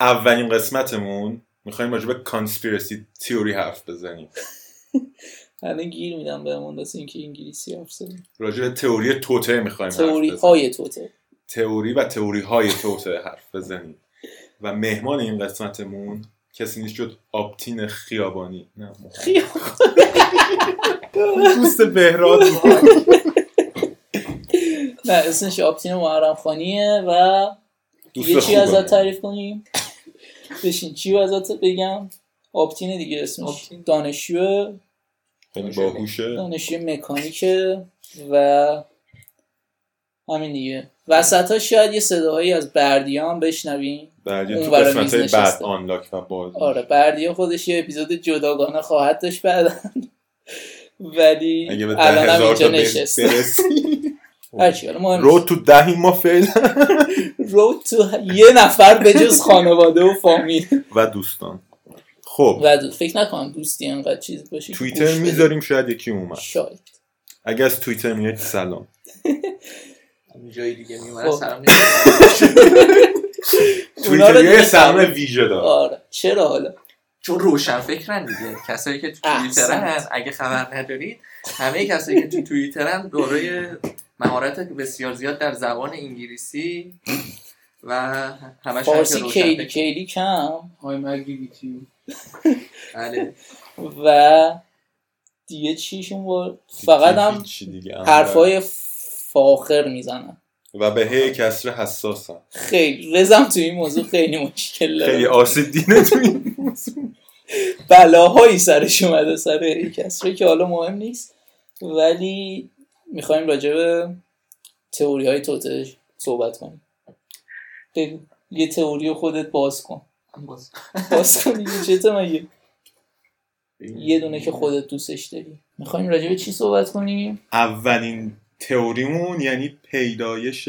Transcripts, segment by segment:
اولین قسمتمون میخوایم راجع به کانسپیرسی تیوری حرف بزنیم همه گیر میدم بهمون واسه اینکه انگلیسی حرف زدیم راجع به تئوری توته میخوایم تئوری های توته تئوری و تئوری های توته حرف بزنیم و مهمان این قسمتمون کسی نیست جد آبتین خیابانی نه خیابانی. دوست بهراد نه اسمش آپتین محرم خانیه و یه دوست چی ازت خوبه تعریف کنیم بشین چی ازت بگم آپتینه دیگه اسمش آپتین. دانشجو خیلی یعنی باهوشه دانشجو مکانیکه و همین دیگه وسط ها شاید یه صداهایی از بردیان بشنویم بعد یه اون تو برا قسمت میز های بعد نشسته. آنلاک و باز آره بردیا خودش یه اپیزود جداگانه خواهد داشت بعدا ولی اگه به ده الان هم هزار تا اینجا بر- نشست برسی هرچی حالا مهم رو تو دهیم ما فعلا رود تو یه نفر به جز خانواده و فامیل و دوستان خب و دو- فکر نکنم دوستی انقدر چیز باشه که گوش توییتر بده. میذاریم شاید یکی اومد شاید اگه از توییتر میاد سلام جای دیگه میمونه خب. سرم اونا رو توییتر دیگه یه سهم سلام. ویژه داره آره چرا حالا چون روشن فکرن دیگه کسایی که تو احسنت. توییترن اگه خبر ندارید همه کسایی که تو توییترن دوره مهارت بسیار زیاد در زبان انگلیسی و همش فارسی کیلی کیلی کیلی کم I'm agree with you. بله و دیگه چیشون بود فقط هم هیچی دیگه آره. حرفای فاخر میزنن و به هی کسر حساسم خیلی رزم تو این موضوع خیلی مشکل خیلی داره آسیب دینه تو این بلاهایی سرش اومده سر کسری که حالا مهم نیست ولی میخوایم راجع به تئوری های توته صحبت کنیم بگو. یه تئوری رو خودت باز کن باز. باز کن دیگه چته مگه یه دونه خب، که خودت دوستش داری میخوایم راجع به چی صحبت کنیم اولین تئوریمون یعنی پیدایش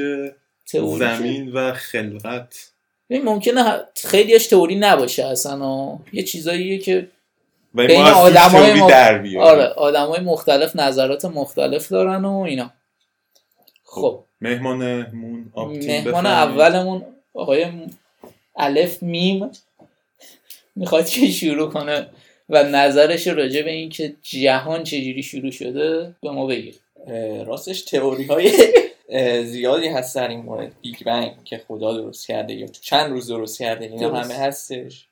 تئوری که- زمین و خلقت ببین ممکنه ه- خیلیش تئوری نباشه اصلا و یه چیزاییه که و این بین ما از توی آدمای تئوری ما- در بیاریم آره آدمای مختلف نظرات مختلف دارن و اینا خب مهمانمون آپتین مهمان بفرمایید. اولمون آقای م- الف میم میخواد که شروع کنه و نظرش راجع به اینکه جهان چجوری شروع شده به ما بگیر اه، راستش تئوری های زیادی هست در این مورد بیگ بنگ که خدا درست کرده یا تو چند روز درست کرده اینا درست. همه هستش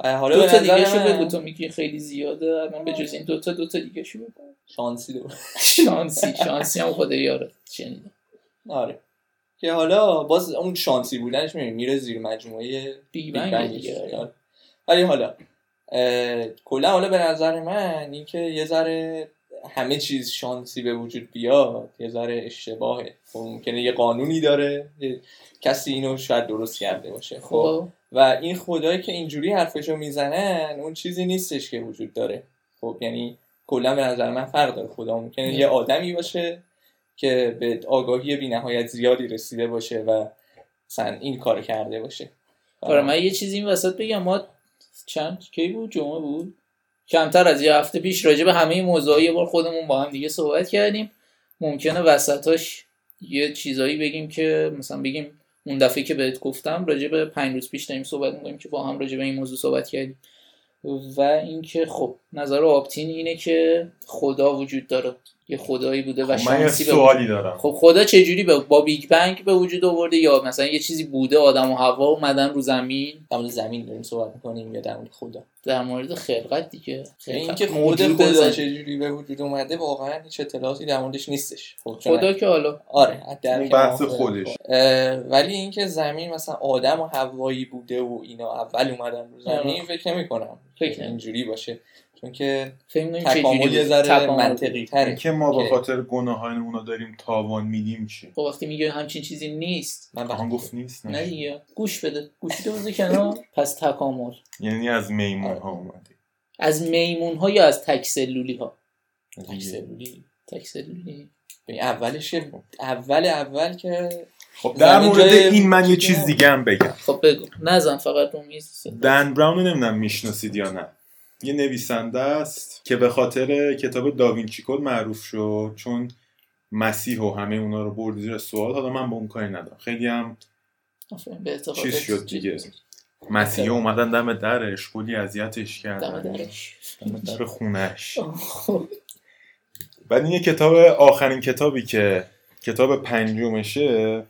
و حالا دو آره، به تا نظر دیگه شو من بگو تو میگی خیلی زیاده الان به جز این دو تا دو تا دیگه شو بگو شانسی دو شانسی شانسی هم خدا یاره شنیدم آره که حالا باز اون شانسی بودنش میره میره زیر مجموعه بیگ بیگ بنگ بنگش. دیگه آره. ولی حالا اه، کلا حالا به نظر من اینکه یه ذره همه چیز شانسی به وجود بیاد یه ذره اشتباهه خب ممکنه یه قانونی داره یه- کسی اینو شاید درست کرده باشه خب خب و این خدایی که اینجوری حرفشو میزنن اون چیزی نیستش که وجود داره خب یعنی کلا به نظر من فرق داره خدا ممکنه یه آدمی باشه که به آگاهی بینهایت زیادی رسیده باشه و مثلا این کار کرده باشه آره من یه چیزی این وسط بگم ما چند کی بود جمعه بود کمتر از یه هفته پیش راجع به همه این موضوعا یه بار خودمون با هم دیگه صحبت کردیم ممکنه وسطاش یه چیزایی بگیم که مثلا بگیم اون دفعه که بهت گفتم راجع به پنج روز پیش داریم صحبت میکنیم که با هم راجع به این موضوع صحبت کردیم و اینکه خب نظر آپتین اینه که خدا وجود داره یه خدایی بوده و خب، من یه شانسی به وجود سوالی دارم خب خدا چجوری به با بیگ بنگ به وجود آورده یا مثلا یه چیزی بوده آدم و هوا اومدن رو زمین در مورد زمین داریم صحبت میکنیم یا در مورد خدا در مورد خلقت دیگه یعنی خلقت اینکه خود وجود خدا زمین. چجوری به وجود اومده واقعا هیچ اطلاعاتی در موردش نیستش خب چون- خدا که حالا آره در اون بحث خودش خب. اه، ولی اینکه زمین مثلا آدم و هوایی بوده و اینا اول اومدن رو زمین فکر نمی کنم فکر نمی- اینجوری باشه چون که فکر می‌کنی تکامل چجوری یه بود؟ ذره تکامل. منطقی تره که ما به که- خاطر گناهان اونا داریم تاوان میدیم چی خب وقتی میگه همچین چیزی نیست من آن وقتی گفت نیست نه نه دیگه گوش بده گوشی تو بذار کنار پس تکامل یعنی از میمون ها اومده از میمون ها یا از تک سلولی ها تک سلولی تک سلولی ببین، اولش که- اول اول که خب در زمین مورد جای این من یه وجود چیز ما. دیگه هم بگم خب بگو نزن فقط رو میز دن براون رو نمیدونم میشناسید یا نه یه نویسنده است که به خاطر کتاب داوینچی کد معروف شد چون مسیح و همه اونا رو برد زیر سوال حالا من به اون کاری ندارم خیلی هم آفرین، به اعتقادت. چیز شد دیگه. مسیحی اومدن دم درش کلی اذیتش دم کردن درش دم در خونش آه. بعد این یه کتاب آخرین کتابی که کتاب پنجمشه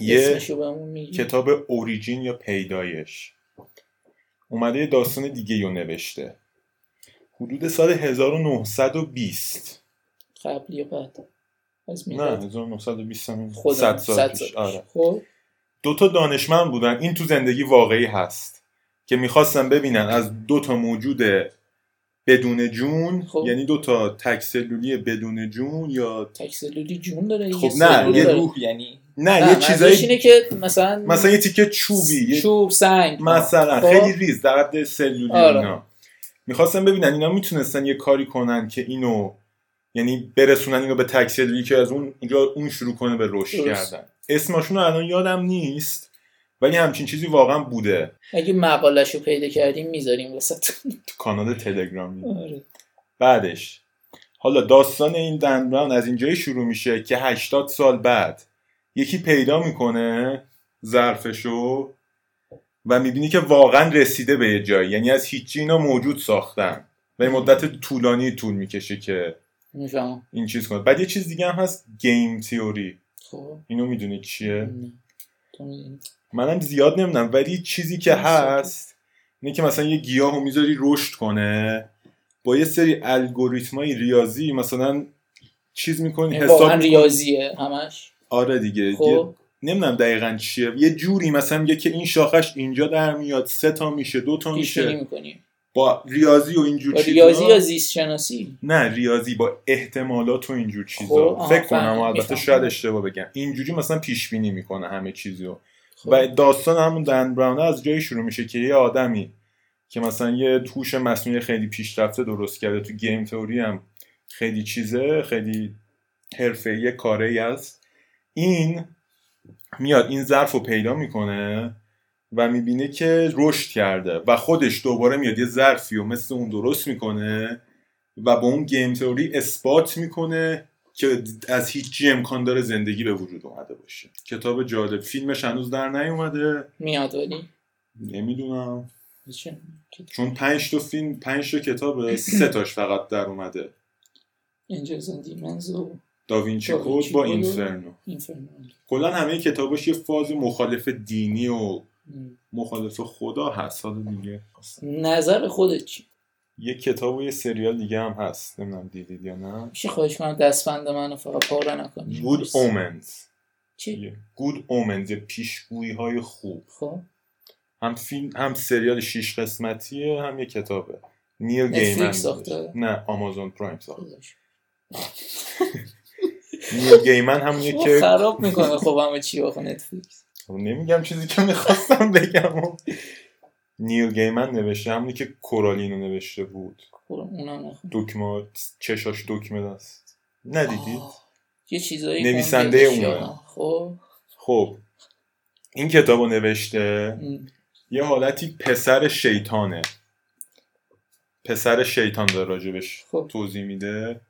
یه اسمشو بهمون میگی کتاب اوریجین یا پیدایش اومده یه داستان دیگه رو نوشته حدود سال 1920 قبل یا بعد از نه میلاد 1920 هم خودم 100 سال صد پیش سال آره خب دو تا دانشمند بودن این تو زندگی واقعی هست که میخواستن ببینن از دو تا موجود بدون جون خب. یعنی دو تا تک سلولی بدون جون یا تک سلولی جون داره دیگه، خب نه، سلول یه یه داره. روح یعنی نه, نه یه منظورش چیزایی اینه که مثلا مثلا یه تیکه چوبی یه چوب سنگ مثلا خب. خیلی ریز در حد سلولی آره. اینا میخواستن ببینن اینا میتونستن یه کاری کنن که اینو یعنی برسونن اینو به تک سلولی که از اون اونجا اون شروع کنه به رشد درست. کردن اسمشون رو الان یادم نیست ولی همچین چیزی واقعا بوده اگه مقالش رو پیدا کردیم میذاریم وسط تو کانال تلگرامی آره. بعدش حالا داستان این دن براون از اینجایی شروع میشه که 80 سال بعد یکی پیدا میکنه ظرفشو و میبینی که واقعا رسیده به یه جایی یعنی از هیچی اینا موجود ساختن و این مدت طولانی طول میکشه که میفهمم این چیز کنه بعد یه چیز دیگه هم هست گیم تیوری خب اینو میدونی چیه نه. تو می‌دونی. منم زیاد نمیدونم ولی چیزی که هست اینه که مثلا یه گیاه رو میذاری رشد کنه با یه سری الگوریتمای ریاضی مثلا چیز میکنی این واقعا حساب می‌کنی. ریاضیه همش آره دیگه یعنی خب نمیدونم دقیقا چیه یه جوری مثلا میگه که این شاخش اینجا در میاد سه تا میشه دو تا پیشبینی میشه میکنی با ریاضی و اینجور چیزا ریاضی یا زیست شناسی نه ریاضی با احتمالات و اینجور خب، چیزا آها، فکر کنم فهمیدم، البته میفهمم. شاید اشتباه بگم اینجوری مثلا پیش بینی میکنه همه چیزی رو خب. و داستان همون دن براونه از جایی شروع میشه که یه آدمی که مثلا یه توش مصنوعی خیلی پیشرفته درست کرده تو گیم تئوری هم خیلی چیزه خیلی حرفه‌ای کاره ای است این میاد این ظرف رو پیدا میکنه و میبینه که رشد کرده و خودش دوباره میاد یه ظرفی و مثل اون درست میکنه و با اون گیم تئوری اثبات میکنه که از هیچ امکان داره زندگی به وجود اومده باشه کتاب جالب فیلمش هنوز در نیومده میاد ولی نمیدونم چه؟ چون پنج تا فیلم پنج تا کتاب سه تاش فقط در اومده اینجا زندیمنز و داوینچی داوینچی کد با کد و- اینفرنو اینفرنال کلا همه کتاباش یه فاز مخالف دینی و مخالف خدا هست حالا دیگه نظر خودت چی؟ یه کتاب و یه سریال دیگه هم هست نمیدونم دیدید یا نه میشه خواهش کنم دستبند منو فقط پاره نکنی گود اومنز چی؟ گود اومنز یه پیشگویی های خوب خب هم فیلم هم سریال شیش قسمتیه هم یه کتابه نیل نتفلیکس گیمن ساخته؟ بودش. نه آمازون پرایم ساخته خودش. نیل گیمن همونیه خب، که خراب میکنه خب همه چی آخه نتفلیکس خب، نمیگم چیزی که میخواستم بگم و نیل گیمن نوشته همونی که کورالینو نوشته بود خب، اونم نخون دکمه چشاش دکمه دست ندیدید آه. یه چیزایی نویسنده خوندم که اونه. شاید. خب خب این کتابو نوشته ام. یه حالتی پسر شیطانه پسر شیطان داره راجبش خب. توضیح میده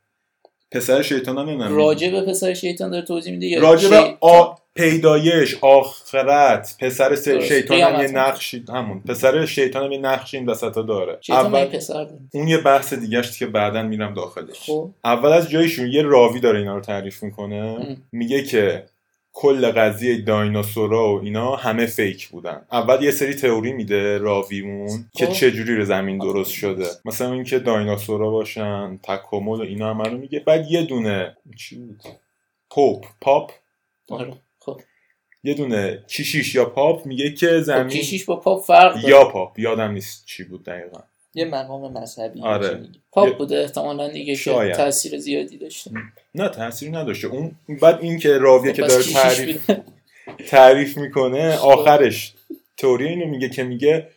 پسر شیطان هم نمیدونم راجع به پسر شیطان داره توضیح میده یا راجع به شی- آ... پیدایش آخرت پسر س... درست. شیطان هم یه قیامت. نقشی همون پسر شیطان هم یه نقشی این وسط داره شیطان اول من پسر داره اون یه بحث دیگهش که بعدا میرم داخلش خب اول از جایشون یه راوی داره اینا رو تعریف میکنه ام. میگه که کل قضیه دایناسورا و اینا همه فیک بودن اول یه سری تئوری میده راویمون که خب. چجوری رو زمین درست شده مثلا اینکه دایناسورا باشن تکامل و اینا همه رو میگه بعد یه دونه چی بود پاپ پاپ آره خب یه دونه کیشیش یا پاپ میگه که خب، زمین کشیش با پاپ فرق داره یا پاپ یادم نیست چی بود دقیقا یه مقام مذهبی آره. چی میگی؟ پاپ بوده احتمالا دیگه که شاید. تاثیر زیادی داشته نه تاثیری نداشته اون بعد این که راویه خب، که پس خب. داره کشیش تعریف بوده. تعریف میکنه آخرش تئوری اینو میگه که میگه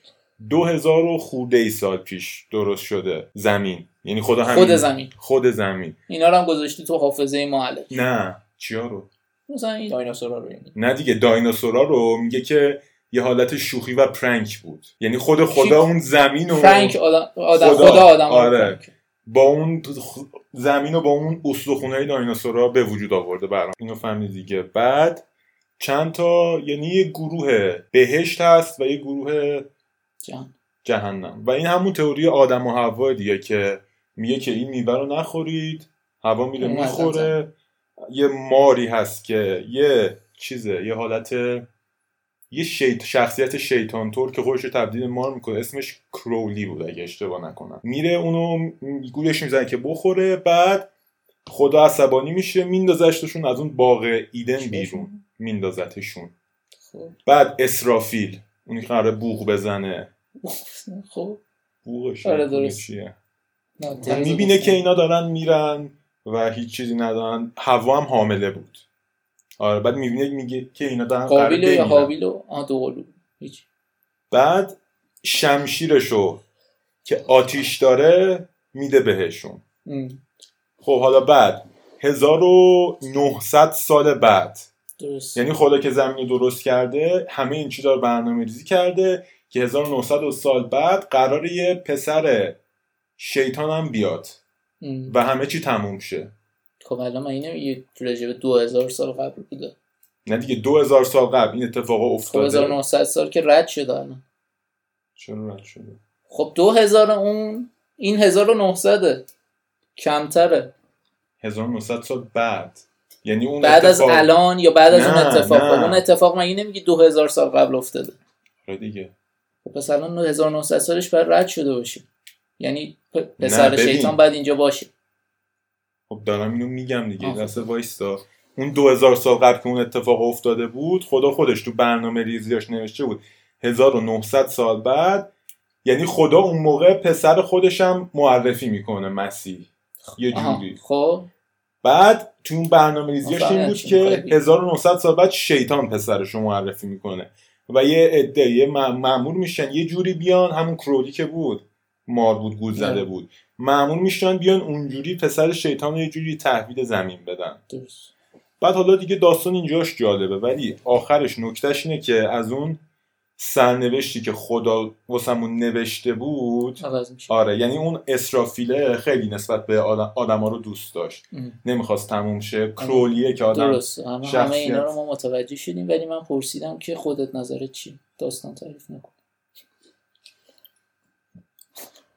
دو هزار و خورده ای سال پیش درست شده زمین یعنی خدا همین خود زمین خود زمین اینا رو هم گذاشتی تو حافظه ما علک نه چیا رو مثلا این دایناسورا رو یعنی نه دیگه دایناسورا رو میگه که یه حالت شوخی و پرنک بود یعنی خود کی؟ خدا اون زمین و فرانک آدم آدم خدا. خدا, آدم رو آره. فرانک. با اون خ- زمین و با اون استخونهای دایناسورا به وجود آورده برام اینو فهمیدی دیگه بعد چند تا یعنی یه گروه بهشت هست و یه گروه جان جهنم و این همون تئوری آدم و هوا دیگه که میگه که این میوه رو نخورید هوا میره اون میخوره یه ماری هست که یه چیزه یه حالت یه شیط شخصیت شیطان طور که خودش رو تبدیل به مار میکنه اسمش کرولی بود اگه اشتباه نکنم میره اونو م- گولش میزنه که بخوره بعد خدا عصبانی میشه میندازشتشون از اون باغ ایدن بیرون میندازتشون خب بعد اسرافیل اونی که قراره بوغ بزنه خب بوغش آره، نمی‌دونم درست. چیه. نه، و دیروز میبینه گفتم. که اینا دارن میرن و هیچ چیزی ندارن هوا هم حامله بود آره بعد میبینه میگه که اینا دارن قراره قابیلو یا بمیرن. حابیلو آه دو قلو هیچ بعد شمشیرشو که آتیش داره میده بهشون ام، خب حالا بعد 1900 سال بعد درست یعنی خدا که زمین رو درست کرده همه این چیزا رو برنامه ریزی کرده که 1900 سال بعد قرار یه پسر شیطان هم بیاد ام. و همه چی تموم شه خب الان من اینه یه راجع به 2000 سال قبل بوده نه دیگه 2000 سال قبل این اتفاق خب افتاده 1900 سال که رد شده الان چرا رد شده خب 2000 اون این 1900 کمتره 1900 سال بعد یعنی اون بعد از اتفاق- الان یا بعد از اون نه، اتفاق نه. خب اون اتفاق مگه نمیگی 2000 سال قبل افتاده آره دیگه خب پس الان 1900 سالش باید رد شده باشه یعنی پ- نه، پسر ببین. شیطان باید اینجا باشه خب دارم اینو میگم دیگه آه. دست وایستا اون 2000 سال قبل که اون اتفاق افتاده بود خدا خودش تو برنامه ریزیاش نوشته بود 1900 سال بعد یعنی خدا اون موقع پسر خودشم معرفی میکنه مسیح یه آها، جوری خب بعد تو اون برنامه ریزیاش آفرین، این بود چی می‌خوای که بگی؟ 1900 سال بعد شیطان پسرش رو معرفی میکنه و یه عده یه مع- معمول میشن یه جوری بیان همون کرولی که بود مار بود گول زده آره. بود معمول میشن بیان اونجوری پسر شیطان رو یه جوری تحویل زمین بدن درست بعد حالا دیگه داستان اینجاش جالبه ولی آخرش نکتهش اینه که از اون سرنوشتی که خدا واسمون نوشته بود عوض میشه آره یعنی اون اسرافیله خیلی نسبت به آدم آدما رو دوست داشت ام. آره. نمیخواست تموم شه کرولیه که آدم درست همه, همه شخصیت. اینا رو ما متوجه شدیم ولی من پرسیدم که خودت نظرت چی داستان تعریف نکن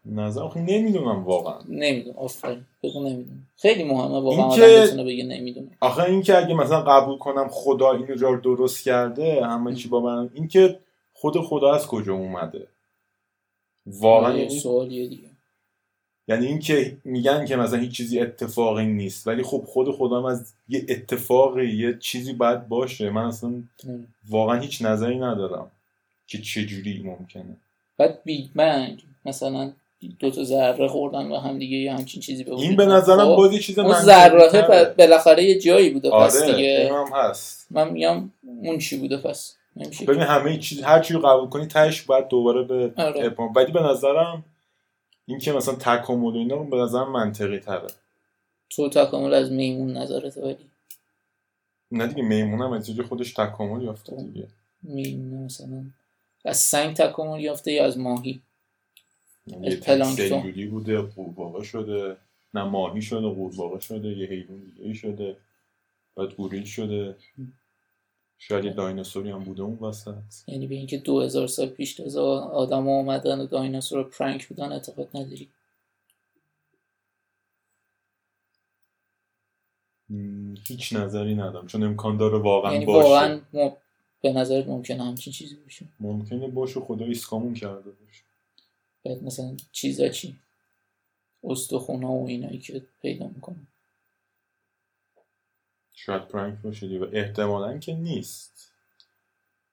نظرم خب نمیدونم واقعا نمیدونم آفرین بگو نمیدونم خیلی مهمه واقعا این آدم که- بتونه بگه نمیدونم آخه اینکه اگه مثلا قبول کنم خدا این رو درست کرده همه چی با من اینکه خود خدا از کجا اومده واقعا یه یعنی, سوالیه دیگه یعنی اینکه میگن که مثلا هیچ چیزی اتفاقی نیست ولی خب خود خدا هم از یه اتفاقی یه چیزی باید باشه من اصلا نمی‌دونم. واقعا هیچ نظری ندارم که چجوری ممکنه بعد بیگ بنگ مثلا دو تا ذره خوردن و هم دیگه یه همچین چیزی به وجود این به اومد. نظرم خب، باز یه چیز اون منطقی‌تره. ذره ب- بالاخره یه جایی بوده پس آره دیگه این هم هست من میگم اون چی بوده پس نمیشه ببین همه چیز هر چی رو قبول کنی تهش باید دوباره به آره. ابهام ولی به نظرم این که مثلا تکامل و اینا به نظرم منطقی تره تو تکامل از میمون نظرت ولی نه دیگه میمون هم از جای خودش تکامل یافته دیگه میمون مثلا از سنگ تکامل یافته یا از ماهی یعنی یه پلانکتون. سلولی بوده قورباغه شده نه ماهی شده قورباغه شده یه حیوان دیگه شده بعد گوریل شده شاید یه دایناسوری هم بوده اون وسط یعنی به اینکه 2000 سال پیش تازه آدم آمدن و دایناسور پرانک بودن اعتقاد نداری م، هیچ نظری ندارم چون امکان داره واقعا یعنی باشه واقعا م... به نظرت ممکنه همچین چیزی باشه ممکنه باشه خدا ایسکامون کرده باشه بعد مثلا چیزا چی استخونا و اینایی که پیدا میکنه شاید پرانک باشه دیگه احتمالا که نیست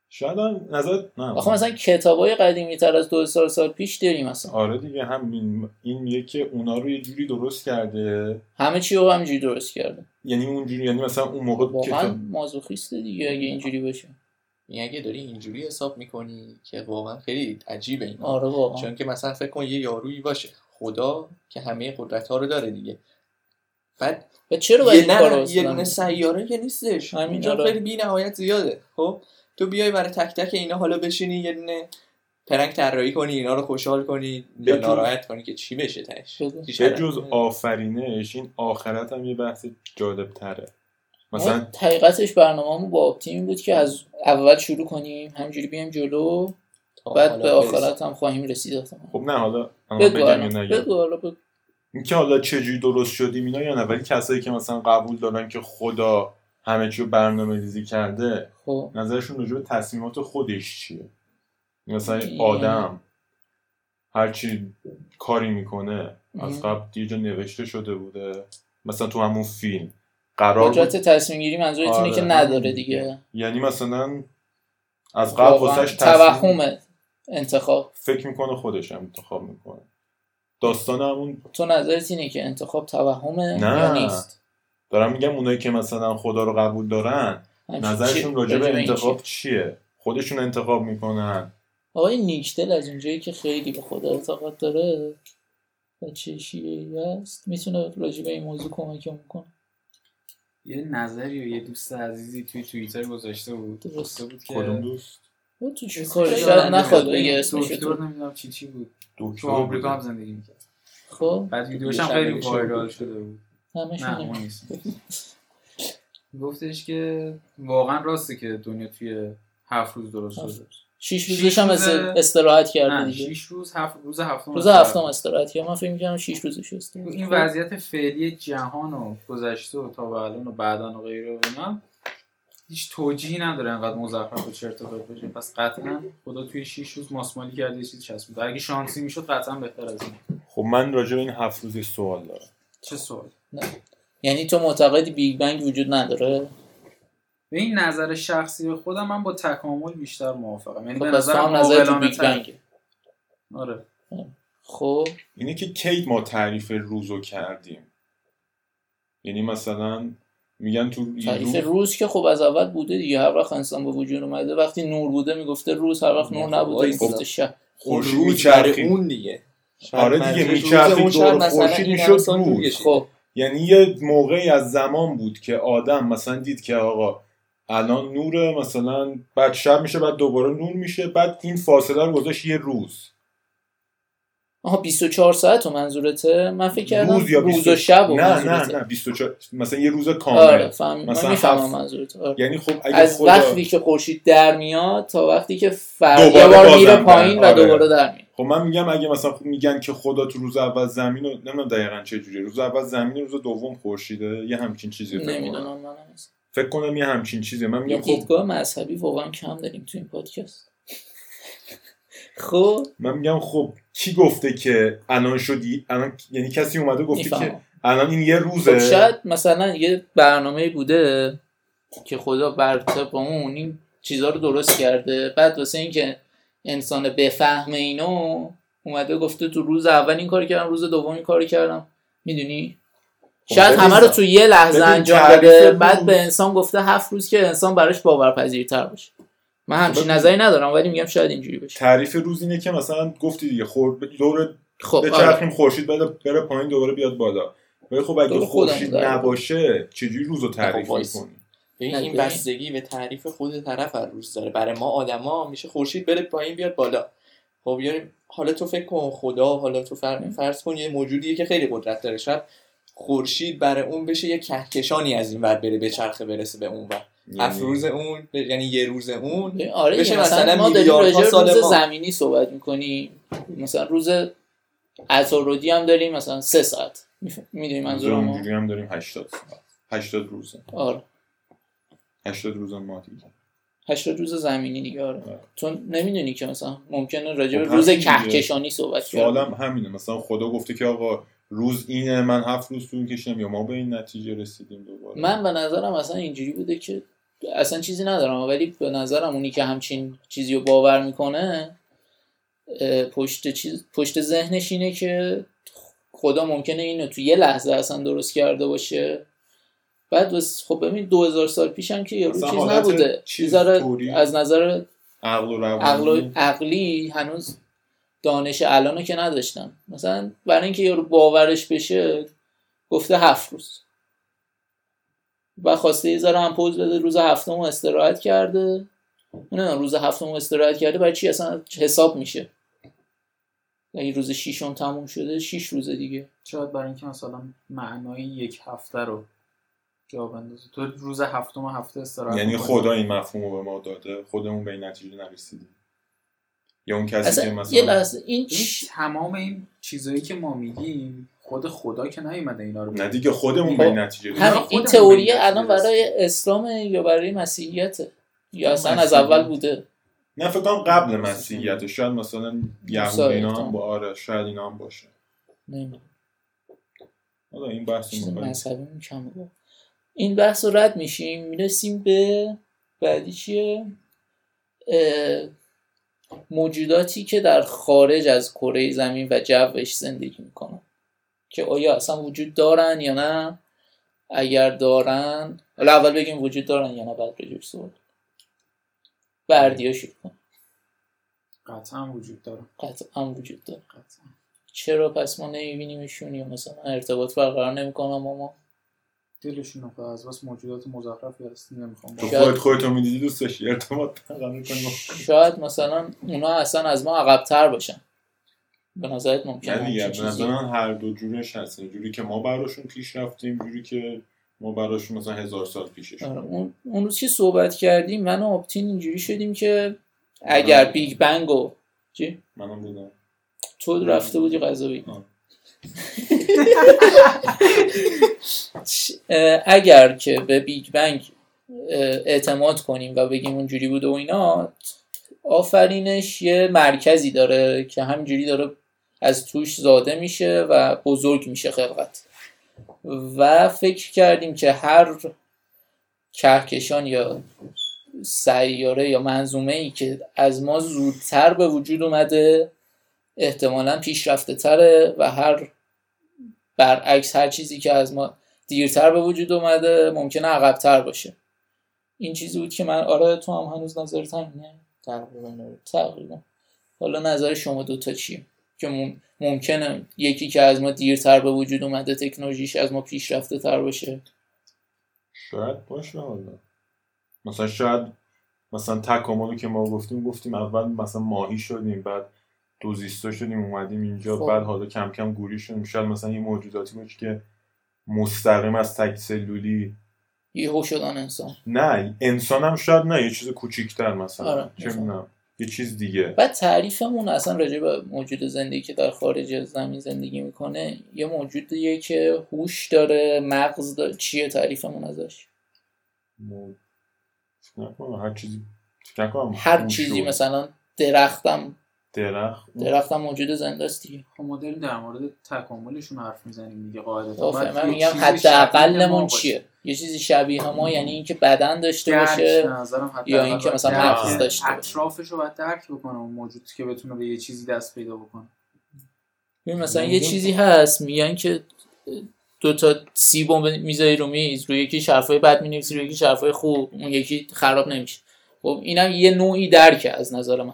شاید هم نظر نه آخه مثلا کتابای قدیمی تر از 2000 سال پیش داریم مثلا آره دیگه همین این یه که اونا رو یه جوری درست کرده همه چی رو همینجوری درست کرده یعنی اونجوری یعنی مثلا اون موقع واقعا که مازوخیسته دیگه اگه اینجوری باشه یعنی اگه داری اینجوری حساب میکنی که واقعا خیلی عجیبه این آره واقعا چون که مثلا فکر کن یه یارویی باشه خدا که همه قدرت ها رو داره دیگه بعد و چرا باید یه این کارو نه یه اصلا دونه سیاره که نیستش همین، همینجا آره. خیلی بی نهایت زیاده خب تو بیای برای تک تک اینا حالا بشینی یه دونه پرنگ طراحی کنی اینا رو خوشحال کنی یا بجز- ناراحت کنی که چی بشه تهش بجز- هیچ به هدفی جز نداره. آفرینش این آخرت هم یه بحث جالب تره مثلا حقیقتش برنامه‌مون با آپتیم بود که از اول شروع کنیم همینجوری بیایم جلو تا بعد حالا به برسیم. آخرت هم خواهیم رسید احتمالاً. خب نه حالا الان بگو بگم یا الان، نگم بگو حالا بگو. اینکه حالا چجوری درست شدیم اینا یا نه ولی کسایی که مثلا قبول دارن که خدا همه چی رو برنامه ریزی کرده خب نظرشون راجع به تصمیمات خودش چیه مثلا ام. آدم هرچی کاری میکنه از ام. قبل یه جا نوشته شده بوده مثلا تو همون فیلم قرار بود قدرت تصمیم گیری منظورتونه آره، که همین نداره دیگه. دیگه یعنی مثلا از قبل واقعاً خودش تصمیم توهم انتخاب فکر میکنه خودش هم انتخاب میکنه داستان همون تو نظرت اینه که انتخاب توهمه نه. یا نیست دارم میگم اونایی که مثلا خدا رو قبول دارن همچین نظرشون چی- راجع به این انتخاب چی؟ چیه خودشون انتخاب میکنن آقای نیکدل از اونجایی که خیلی به خدا اعتقاد داره و چه شیعه هست میتونه راجع به این موضوع کمکمون کنه یه نظری و یه دوست عزیزی توی توییتر گذاشته بود درست. گفته بود که کدوم دوست او خب تو چی اسمش کار رو شاید یادم نخواد نمیاد. بگه این اسمش دکتر تو نمیدونم چی چی بود تو دکتر آمریکا هم بوده. زندگی میکرد خب بعد ویدیوش هم شب خیلی نمیشه. وایرال شده بود نه اون همشون نیست گفتش که واقعا راسته که دنیا توی هفت روز درست هفت شده شیش شیش روزش هم روزه- است- استراحت کرده نه دیگه شیش روز هفت روز هفتم روز استراحت. هفتم استراحت کرد من فکر می‌کردم شیش روزش است این وضعیت فعلی جهان و گذشته و تا به الان و بعدن و غیره و اینا هیچ توجیهی نداره انقدر مزخرف و چرت و پرت بشه پس قطعا خدا توی 6 روز ماسمالی کرده یه چیزی چسبید اگه شانسی میشد قطعا بهتر از این خب من راجع به این هفت روز یه سوال دارم چه سوال یعنی تو معتقدی بیگ بنگ وجود نداره به این نظر شخصی خودم من با تکامل بیشتر موافقم یعنی خب به پس تو نظر هم نظر تو بیگ عاقلانه‌تر بنگه آره خب اینه که کی ما تعریف روزو کردیم یعنی مثلا میگن تو این روز تعریف روز که خب از اول بوده دیگه هر وقت انسان به وجود اومده وقتی نور بوده میگفته روز هر وقت نور نبوده وایسا. میگفته شب خورشید روز می‌چرخید. برای اون دیگه شاید آره دیگه، منظورش روز می‌چرخید اون دور شاید مثلا خورشید این می‌شد همه سال طول روز. کشید. خب یعنی یه موقعی از زمان بود که آدم مثلا دید که آقا الان نوره مثلا بعد شب میشه بعد دوباره نور میشه بعد این فاصله رو گذاشت یه روز آها 24 ساعت و منظورته من فکر کردم روز, روز یا و 24 شب و نه منظورته نه نه 24 مثلا یه روز کامل آره فهم... من مثلا میفهمم هفت- منظورت آره. یعنی خب اگه از خدا وقتی که خورشید در میاد تا وقتی که فرد یه دوباره بار بازم میره در- پایین و آره. دوباره در میاد خب من میگم اگه مثلا خب میگن که خدا تو روز اول زمین رو نمیدونم دقیقا چه جوری روز اول زمین روز دوم خورشیده یه همچین چیزی رو فکر کنم. نمیدونم من هم. فکر کنم یه همچین چیزی من یه میگم خب دیدگاه مذهبی واقعا کم داریم تو این پادکست خب من میگم خب کی گفته که الان شدی الان یعنی کسی اومده گفته که میفهمم الان این یه خب روزه شاید مثلا یه برنامه بوده که خدا بر طبق اون این چیزها رو درست کرده بعد واسه اینکه انسان بفهمه اینو اومده گفته تو روز اول این کار کردم روز دوم این کار کردم میدونی خب شاید ببین- همه رو تو یه لحظه ببین انجام تعریف داده روز- بعد به انسان گفته هفت روز که انسان براش باورپذیرتر باشه من همچین خب ببین- نظری ندارم ولی میگم شاید اینجوری باشه تعریف روز اینه که مثلا گفتی دیگه خور دور خب آره. بچرخیم خورشید بره بره پایین دوباره بیاد بالا ولی خب اگه دور خودمون خورشید داره. نباشه چجوری روز رو تعریف خب، وایس. میکنی ببین این ببین. بستگی به تعریف خود طرف هر روز داره برای ما آدما میشه خورشید بره پایین بیاد بالا خب یعنی حالا تو فکر کن خدا حالا تو فر... فرض کن یه موجودیه که خیلی قدرت داره شاید خورشید برای اون بشه یه کهکشانی از این ور بره به چرخه برسه به اون ور هفت روز اون یعنی یه روز اون آره بشه دیگه مثلا مثلا ما داریم میلیاردها راجع به سال روز ما. زمینی صحبت میکنیم مثلا روز عطارودی هم داریم مثلا سه ساعت میدونی منظورم یعنی اونجوری هم داریم 80 ساعت. 80 روزه آره 80 روز ما دیگه 80 روز زمینی دیگه آره آره. تو نمیدونی که مثلا ممکنه راجع به خب روز همین دیگه. کهکشانی صحبت کنیم سوالم همینه مثلا خدا گفته که آقا روز اینه من هفت روز طول کشیدم یا ما به این نتیجه رسیدیم دوباره من به نظرم اصلا اینجوری بوده که اصلا چیزی ندارم ولی به نظرم اونی که همچین چیزی رو باور میکنه اه، پشت چیز پشت ذهنش اینه که خدا ممکنه اینو تو یه لحظه اصلا درست کرده باشه بعد وس- خب ببین 2000 سال پیش هم که یارو اصلا چیز حالت نبوده چیز چیزا رو طوری. از نظر عقل و عقل و- روانی عقلی هنوز دانش الانو که نداشتن مثلا برای اینکه یارو باورش بشه گفته هفت روز و خواسته یه ذره هم پوز بده روز هفتم رو استراحت کرده نه روز هفتم رو استراحت کرده برای چی اصلا حساب میشه اگه روز شیشم تموم شده شیش روزه دیگه شاید برای اینکه مثلا معنای یک هفته رو که آب اندازه تو روز هفتم هفته استراحت یعنی می‌کنی. خدا این مفهوم رو به ما داده خودمون به این نتیجه نرسیدیم یا اون کسی که اصلا یه مثلا لحظه این این چ- تمام این چیزایی که ما میگیم خود خدا که نیومده اینا رو نه بگه. دیگه خودمون خب، به این نتیجه هم- رسیدیم همین خودمون این به تئوریه این نتیجه الان برای اسلام یا برای مسیحیته یا اصلا از مسیحیت. اول بوده نه فکر کنم قبل مسیحیت شاید مثلا یهود مساعد اینا هم کن. با آره شاید اینا هم باشه نمی‌دونم. حالا این بحث چیز می‌کنیم مذهبی کم بود. این بحث رو رد میشیم میرسیم به بعدی چیه اه، موجوداتی که در خارج از کره زمین و جوش زندگی میکنن که آیا اصلا وجود دارن یا نه اگر دارن حالا اول بگیم وجود دارن یا نه بعد راجعش صحبت کنیم. بردیا شروع کن قطعا وجود داره قطعا وجود داره قطعا چرا پس ما نمیبینیمشون یا مثلا ارتباط برقرار نمیکنم ما دلشون رو از بس موجودات مزخرفی هستی نمیخوام تو باش. شاید- خودت خودتو میدیدی دوست داشتی ارتباط برقرار کنی شاید مثلا اونا اصلا از ما عقبتر باشن به نظرت ممکنه نه دیگه همچین یعنی به چیزی؟ نظر من هر دو جورش هست یعنی جوری که ما براشون پیش رفتیم جوری که ما براشون مثلا هزار سال آره، پیششون اون, اون روز که صحبت کردیم من و آپتین اینجوری شدیم که اگر بیگ بنگ و چی؟ منم بودم تو رفته بودی غذا بگیری. آه. چ- اه، اگر که به بیگ بنگ اه، اعتماد کنیم و بگیم اونجوری بود و اینا آفرینش یه مرکزی داره که همینجوری داره از توش زاده میشه و بزرگ میشه خلقت و فکر کردیم که هر کهکشان یا سیاره یا منظومه ای که از ما زودتر به وجود اومده احتمالا پیشرفته تره و هر برعکس هر چیزی که از ما دیرتر به وجود اومده ممکنه عقبتر باشه این چیزی بود که من آره تو هم هنوز نظرت همینه تقریبا تقریبا آره، حالا نظر شما دوتا چیه که مم... ممکنه یکی که از ما دیرتر به وجود اومده تکنولوژیش از ما پیشرفته تر باشه شاید باشه حالا مثلا شاید مثلا تکاملی که ما گفتیم گفتیم اول مثلا ماهی شدیم بعد دوزیستا شدیم اومدیم اینجا خب. بعد حالا کم کم گوری شدیم شاید مثلا یه موجوداتی باشه که مستقیم از تک سلولی یهو شدن انسان نه انسان هم شاید نه یه چیز کوچیکتر مثلا آره، چه مثلا. می‌دونم، یه چیز دیگه بعد تعریفمون اصلا راجع به موجود زندگی که در خارج از زمین زندگی میکنه یه موجودیه که هوش داره مغز داره چیه تعریفمون ازش مو- فکر نکنم هر چیزی فکر نکنم هر هوش چیزی و مثلا درختم درخت درختم موجود زنده است دیگه خب ما داریم در مورد تکاملشون حرف میزنیم دیگه قاعدتا آفرین. باید من خب، میگم یه چیزی شبیه ما حداقلمون باشه. چیه یه چیزی شبیه ما یعنی اینکه بدن داشته درک به باشه نظرم حداقل یا اینکه باید مثلا درک مغز کنه. داشته باشه. اطرافش رو باید درک بکنه اون موجود که بتونه به یه چیزی دست پیدا بکنه ببین مثلا یه چیزی هست میگن که دو تا سیب میذاری رو میز روی یکی شرفای بد مینویسی روی یکی شرفای خوب اون یکی خراب نمیشه خب اینم یه نوعی درکه از نظر من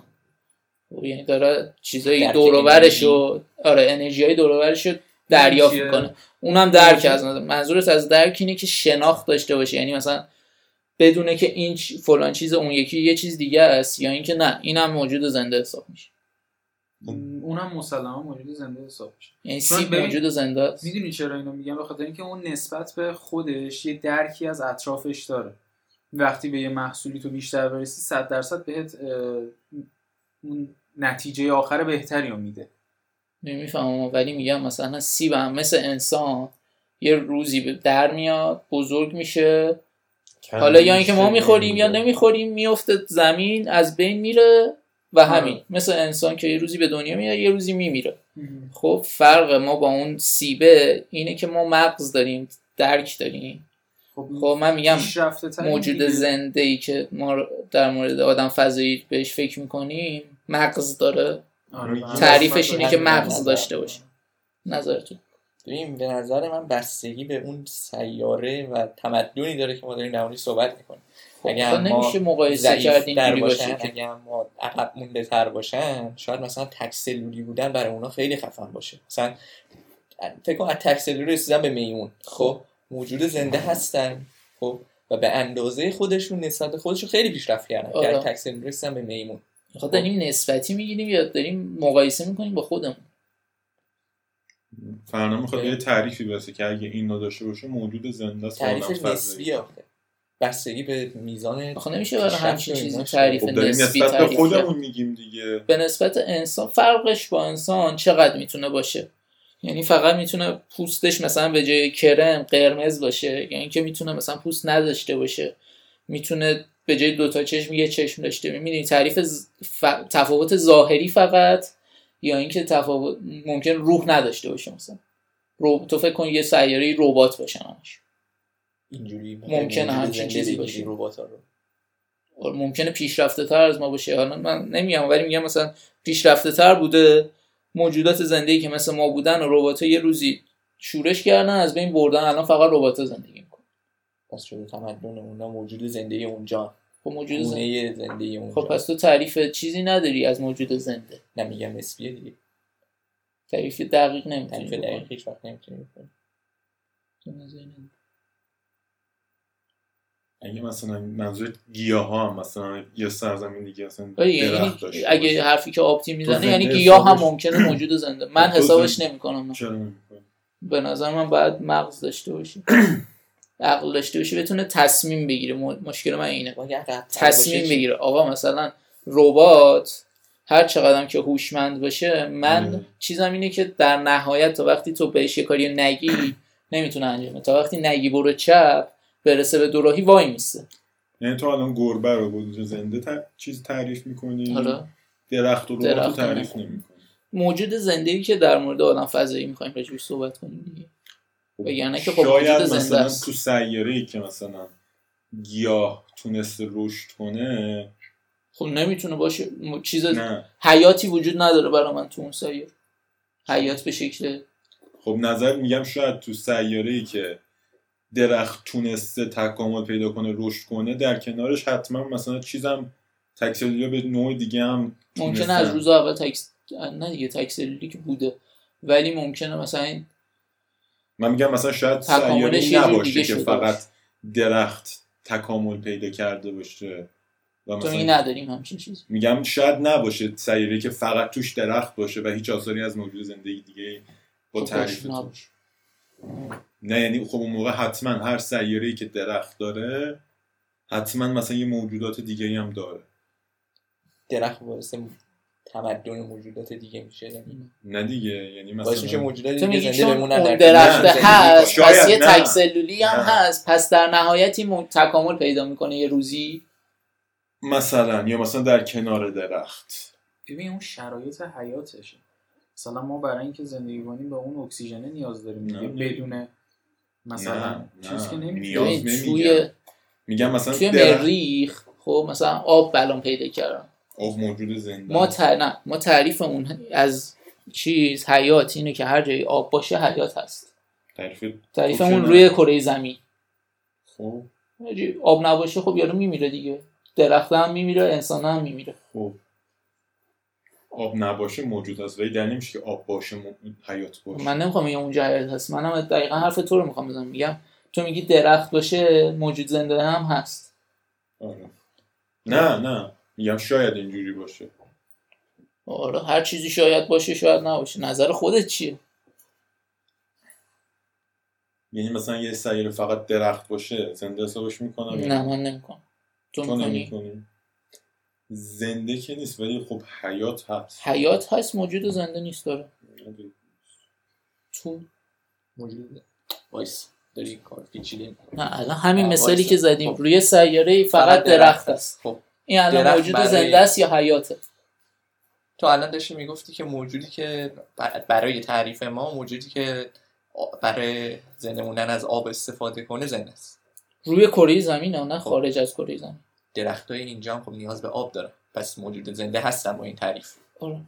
خب یعنی داره چیزای درک دوروبرش انرژی. رو آره انرژی های دوروبرش رو دریافت چیه؟ میکنه اونم درک انرژی. از نظر منظورت از درک اینه که شناخت داشته باشه یعنی مثلا بدونه که این چ- فلان چیز اون یکی یه چیز دیگه است یا اینکه نه اینم موجود زنده حساب میشه اونم مسلما موجود زنده حساب میشه یعنی چون سیب ببین- موجود زنده است میدونی چرا اینو میگم به خاطر اینکه اون نسبت به خودش یه درکی از اطرافش داره وقتی به یه محصولی تو بیشتر برسی صد درصد بهت اه، اون نتیجه آخر بهتری رو میده نمیفهمم ولی میگم مثلا سیب هم مثل انسان یه روزی به در میاد بزرگ میشه حالا یا اینکه ما میخوریم یا نمیخوریم میفته زمین از بین میره و همین مثل انسان که یه روزی به دنیا میاد یه روزی میمیره خب فرق ما با اون سیبه اینه که ما مغز داریم درک داریم خب خب من میگم پیشرفته‌ترین موجود دیگه. زنده ای که ما در مورد آدم فضایی بهش فکر میکنیم مغز داره آره، من تعریفش نسبت اینه به که همین مغز نظر. داشته باشه نظرتون ببین به نظر من بستگی به اون سیاره و تمدنی داره که ما داریم در موردش صحبت میکنیم اگه خب هم ما نمیشه مقایسه ضعیف کرد در اینجوری باشن باشه که اگه هم ما عقب مونده تر باشن شاید مثلا تک سلولی بودن برای اونا خیلی خفن باشه مثلا فکر کن از تک سلولی رسیدن به میمون خب موجود زنده هستن خب و به اندازه خودشون نسبت به خودشون خیلی پیشرفت کردن آره. که از تک سلولی رسیدن به میمون خب داریم نسبتی میگیریم یا داریم مقایسه میکنیم با خودمون فرنا میخواد یه تعریفی بسه که اگه این نداشته باشه موجود زنده است و تعریف عالم‌فضایی. نسبی آخه بستگی به میزان آخه نمیشه برای پیشرفت همچین و اینا چیزی شده. تعریف خب داریم نسبی نسبت به تعریف کرد. خودمون میگیم دیگه به نسبت انسان فرقش با انسان چقدر میتونه باشه یعنی فقط میتونه پوستش مثلا به جای کرم قرمز باشه یعنی اینکه میتونه مثلا پوست نداشته باشه میتونه به جای دوتا چشم یه چشم داشته میبینی تعریف ز- ف- تفاوت ظاهری فقط یا اینکه تفاوت ممکن روح نداشته باشه مثلا رو... تو فکر کن یه سیاره ربات باشن همش اینجوری ممکنه موجود همچین زنده چیزی باشه. بگیری ربات‌ها رو ممکنه پیشرفته تر از ما باشه حالا من نمیگم ولی میگم مثلا پیشرفته تر بوده موجودات زنده که مثل ما بودن و ربات‌ها یه روزی شورش کردن از بین بردن الان فقط ربات‌ها زندگی میکنن پس شده تمدن اونا موجود زنده اونجا خب موجود زنده گونه زنده اونجا خب پس تو تعریف چیزی نداری از موجود زنده نه میگم نسبیه دیگه تعریف دقیق تعریف نمیتونی دقیق بکنی. هیچ وقت نمیتونی بکنی اگه مثلا منظور گیاه ها هم مثلا یه سرزمین دیگه اصلا آره، یعنی درخت داشته اگه باشه. حرفی که آپتی تو میزنه زنده یعنی گیاه هم حسابش- ممکنه موجود زنده من تو زنده- حسابش نمیکنم چرا نمی‌کنه؟ به نظر من باید مغز داشته باشه عقل داشته باشه بتونه تصمیم بگیره م- مشکل من اینه اگر قطع تصمیم باشه، بگیره آقا مثلا ربات هر چقدرم که هوشمند باشه من نه. چیزم اینه که در نهایت تا وقتی تو بهش یه کاری نگی نمیتونه انجامه تا وقتی نگی برو چپ برسه به دوراهی وای میسته یعنی تو الان گربه رو بود زنده ت... چیز تعریف میکنی حالا درخت و ربات رو درخت رو تعریف نه. نمیکنی موجود زنده ای که در مورد آدم فضایی میخوایم راجبش صحبت کنیم دیگه وگرنه که خب شاید موجود زنده مثلا است تو سیاره ای که مثلا گیاه تونسته رشد کنه خب نمیتونه باشه م- چیز نه حیاتی وجود نداره برای من تو اون سایر حیات به شکل خب نظر میگم شاید تو سیاره ای که درخت تونسته تکامل پیدا کنه رشد کنه در کنارش حتما مثلا چیزم تکسلیا به نوع دیگه هم ممکنه تونستن. از روز اول تکس نه دیگه تکسلولی که بوده ولی ممکنه مثلا این من میگم مثلا شاید سیاره تکاملش یه جور نباشه دیگه که شده فقط درخت تکامل پیدا کرده باشه و تو مثلا میگی نداریم همچین چیزی میگم شاید نباشه سیاره که فقط توش درخت باشه و هیچ آثاری از موجود زندگی دیگه با خب تعریف باشه، تو. نباشه. نه یعنی خب اون موقع حتما هر سیاره که درخت داره حتما مثلا یه موجودات دیگه هم داره درخت باعث تمدن موجودات دیگه میشه یعنی نه دیگه یعنی باعث میشه مثلا موجودات تو دیگه میگی زنده چون بمونن اون درخت درخته زندگی کنن. هست شاید پس یه نه. تکسلولی هم نه. هست پس در نهایتی مو- تکامل پیدا میکنه یه روزی مثلا یا مثلا در کنار درخت ببین اون شرایط حیاتشه مثلا ما برای اینکه زندگی کنیم به اون اکسیژن نیاز داریم نه. دیگه بدون مثلا نه، چیز نه. که نمیشه نیاز ببین، نمیگم. توی میگم مثلا توی درخت مریخ خب مثلا آب بلان پیدا کردن اوه موجود زنده ما ت... نه ما تعریفمون از چیز حیات اینه که هر جای آب باشه حیات هست تعریف تعریفمون خب، نه. روی کره زمین خب حاجی، آب نباشه خب یارو میمیره دیگه درخت هم میمیره انسان هم میمیره خب آب نباشه موجود هست ولی دلیل نمیشه که آب باشه مو- حیات باشه من نمیخوام بگم اونجا حیات هست منم دقیقا حرف تو رو میخوام بزنم میگم تو میگی درخت باشه موجود زنده هم هست آره. نه نه میگم شاید اینجوری باشه آره هر چیزی شاید باشه شاید نباشه نظر خودت چیه یعنی مثلا یه سیاره فقط درخت باشه زنده حسابش میکنم نه من نمیکنم تو آره. تو میکنی نمیکنی زنده که نیست ولی خب حیات هست حیات هست موجود زنده نیست داره تو موجود وایس داری کار پیچیده می‌کنی. نه الان همین آه، مثالی وایسا. که زدیم خب. روی سیاره فقط درخت است خب این الان درخت موجود برای- زنده است یا حیاته تو الان داشتی میگفتی که موجودی که بر- برای تعریف ما موجودی که آ- برای زنده موندن از آب استفاده کنه زنده است روی کره زمین نه خارج از کره زمین درختای اینجا هم خب نیاز به آب داره پس موجود زنده هستن با این تعریف آره.